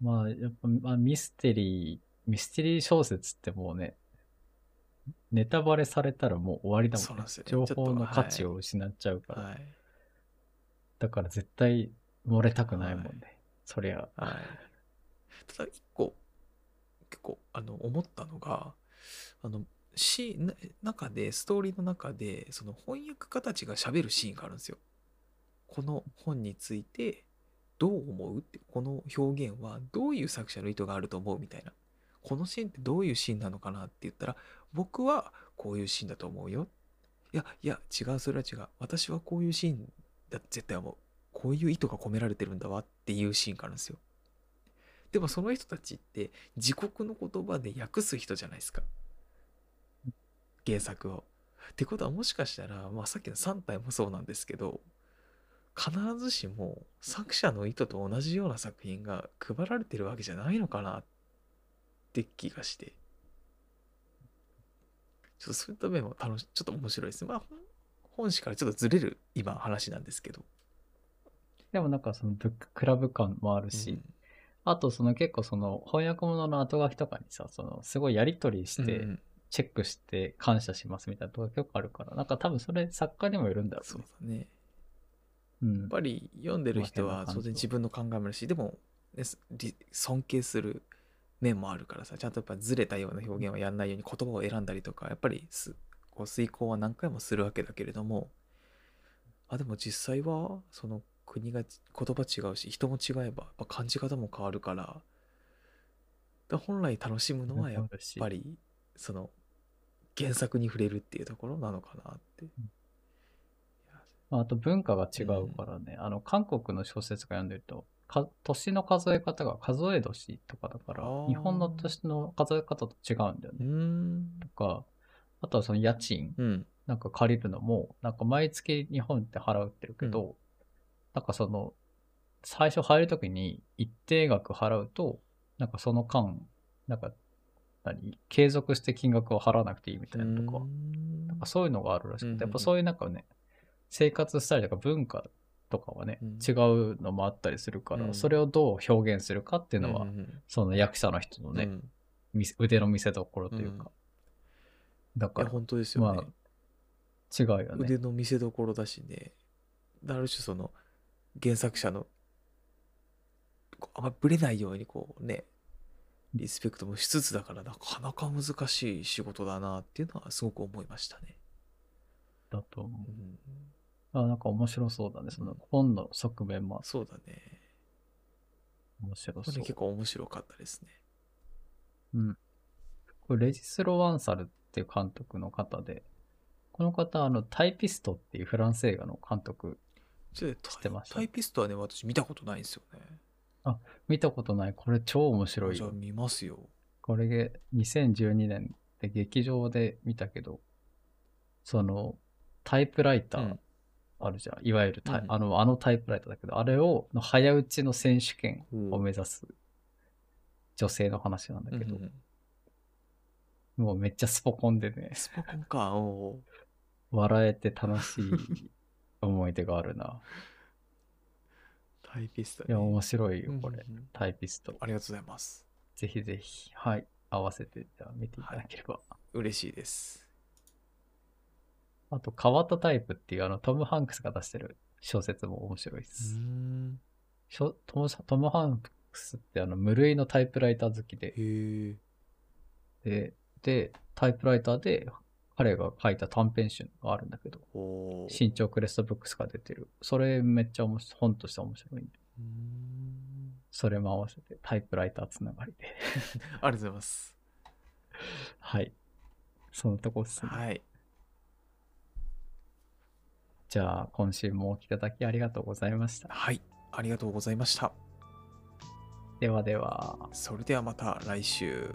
Speaker 2: まあ、やっぱ、まあ、ミステリー、ミステリー小説ってもうね、ネタバレされたらもう終わりだもん
Speaker 1: そうなんですよね
Speaker 2: 情
Speaker 1: ちょっ
Speaker 2: 報
Speaker 1: と
Speaker 2: の
Speaker 1: はい
Speaker 2: 価値を失っちゃうから。
Speaker 1: はい。
Speaker 2: だから絶対漏れたくないもんね。
Speaker 1: はい
Speaker 2: そりゃ。
Speaker 1: はい、ただ一個結構あの思ったのがあのシーンな中でストーリーの中でその翻訳家たちが喋るシーンがあるんですよ。この本についてどう思うってこの表現はどういう作者の意図があると思うみたいなこのシーンってどういうシーンなのかなって言ったら僕はこういうシーンだと思うよいやいや違うそれは違う私はこういうシーンだって絶対思うこういう意図が込められてるんだわっていうシーンがあるんですよでもその人たちって自国の言葉で訳す人じゃないですか原作を。ってことはもしかしたら、まあ、さっきの3体もそうなんですけど必ずしも作者の意図と同じような作品が配られてるわけじゃないのかなって気がしてちょっとそういった面も楽しちょっと面白いですね。まあ本本誌からちょっとずれる今話なんですけど。
Speaker 2: でもなんかそのブッククラブ感もあるし、
Speaker 1: うん
Speaker 2: あとその結構その翻訳物の後書きとかにさ、そのすごいやりとりし
Speaker 1: う
Speaker 2: て
Speaker 1: んうん
Speaker 2: チェックして感謝しますみたいなとこ結構あるから、なんか多分それ作家にもよるんだろ
Speaker 1: そうう
Speaker 2: ね。
Speaker 1: だね。
Speaker 2: う
Speaker 1: や
Speaker 2: ん
Speaker 1: っ。ぱり読んでる人は
Speaker 2: まあ変な感想
Speaker 1: 当然自分の考えもあるしでも、ね、すり尊敬する面もあるからさちゃんとやっぱずれたような表現はやんないように言葉を選んだりとかやっぱりすこう遂行は何回もするわけだけれどもあでも実際はその国が言葉違うし人も違えばやっぱ感じ方も変わるからだから本来楽しむのはやっ
Speaker 2: あるし
Speaker 1: ぱりその原作に触れるっていうところなのかなって。いや
Speaker 2: まあ、あと文化が違うからね、あの、韓国の小説が読んでると、か年の数え方が数え年とかだから
Speaker 1: あー、
Speaker 2: 日本の年の数え方と違うんだよ
Speaker 1: うー
Speaker 2: ね。
Speaker 1: ん
Speaker 2: とか、あとはその家賃、
Speaker 1: うん
Speaker 2: なんか借りるのも、なんか毎月日本って払うってるけど、なんかその、最初入るときに一定額払うと、なんかその間、なんか、何継続して金額を払わなくていいみたいなとか、
Speaker 1: うーん
Speaker 2: なんかそういうのがあるらし
Speaker 1: うんうん
Speaker 2: く
Speaker 1: うん
Speaker 2: て、やっぱそういうなんかね、生活スタイルとか文化とかはね
Speaker 1: うん、
Speaker 2: 違うのもあったりするか
Speaker 1: う
Speaker 2: ら、
Speaker 1: ん
Speaker 2: それをどう表現するかっていうのは
Speaker 1: ん、ん
Speaker 2: その役者の人の
Speaker 1: うんう
Speaker 2: ね、
Speaker 1: ん
Speaker 2: 見せ腕の見せ所という
Speaker 1: うん
Speaker 2: か。だ
Speaker 1: い
Speaker 2: か
Speaker 1: や
Speaker 2: ら、
Speaker 1: 本当ですよね、
Speaker 2: まあ違うよね。
Speaker 1: 腕の見せ所だしねある種その原作者のこうあんまぶれないようにこうねリスペクトもしつつだからなかなか難しい仕事だなっていうのはすごく思いましたね。
Speaker 2: だと思
Speaker 1: うん、
Speaker 2: う。あ、なんか面白そうだね。その本の側面も
Speaker 1: そうだね。
Speaker 2: 面白
Speaker 1: こ
Speaker 2: そ
Speaker 1: れ
Speaker 2: う。
Speaker 1: 結構面白かったですね。
Speaker 2: これレジス・ロワンサルっていう監督の方で、この方、あの、タイピストっていうフランス映画の監督、
Speaker 1: ちょっと
Speaker 2: 知ってました
Speaker 1: タイピストはね私見たことないんですよね。
Speaker 2: 見たことない、これ超面白い
Speaker 1: じゃあ
Speaker 2: よ。
Speaker 1: 見ますよ。
Speaker 2: これで2012年で劇場で見たけど、その、タイプライタ
Speaker 1: う
Speaker 2: ー
Speaker 1: ん
Speaker 2: あるじゃん。いわゆるタイ、
Speaker 1: うん
Speaker 2: あの、あのタイプライターだけど、あれを、の早打ちの選手権
Speaker 1: うん
Speaker 2: を目指す女性の話なんだけど、
Speaker 1: うんうん
Speaker 2: もうめっちゃスポコンでね、
Speaker 1: スポコンか。おー
Speaker 2: 笑えて楽 しい思い出があるな。
Speaker 1: タイピスト、ね。
Speaker 2: いや、面白いよ
Speaker 1: うん、
Speaker 2: これ。
Speaker 1: うんうん
Speaker 2: タイピスト。
Speaker 1: ありがとうございます。
Speaker 2: ぜひぜひ、はい、合わせて、じゃあ見ていただければ。
Speaker 1: 嬉しいです。
Speaker 2: あと、変わったタイプっていう、あの、トム・ハンクスが出してる小説も面白いです。
Speaker 1: ん。
Speaker 2: しょトムトム・ハンクスって、あの、無類のタイプライター好きで、
Speaker 1: へえ。
Speaker 2: で、でタイプライターで、彼が書いた短編集があるんだけど、
Speaker 1: おー
Speaker 2: 新潮クレストブックスが出てる。それめっちゃ面白い本として面白いんで、
Speaker 1: うーん
Speaker 2: それも合わせてタイプライターつながりで。
Speaker 1: ありがとうございます。
Speaker 2: はい。そのとこっすね。
Speaker 1: はい。
Speaker 2: じゃあ、今週もお聞きいただきありがとうございました。
Speaker 1: はい。ありがとうございました。
Speaker 2: ではでは。
Speaker 1: それではまた来週。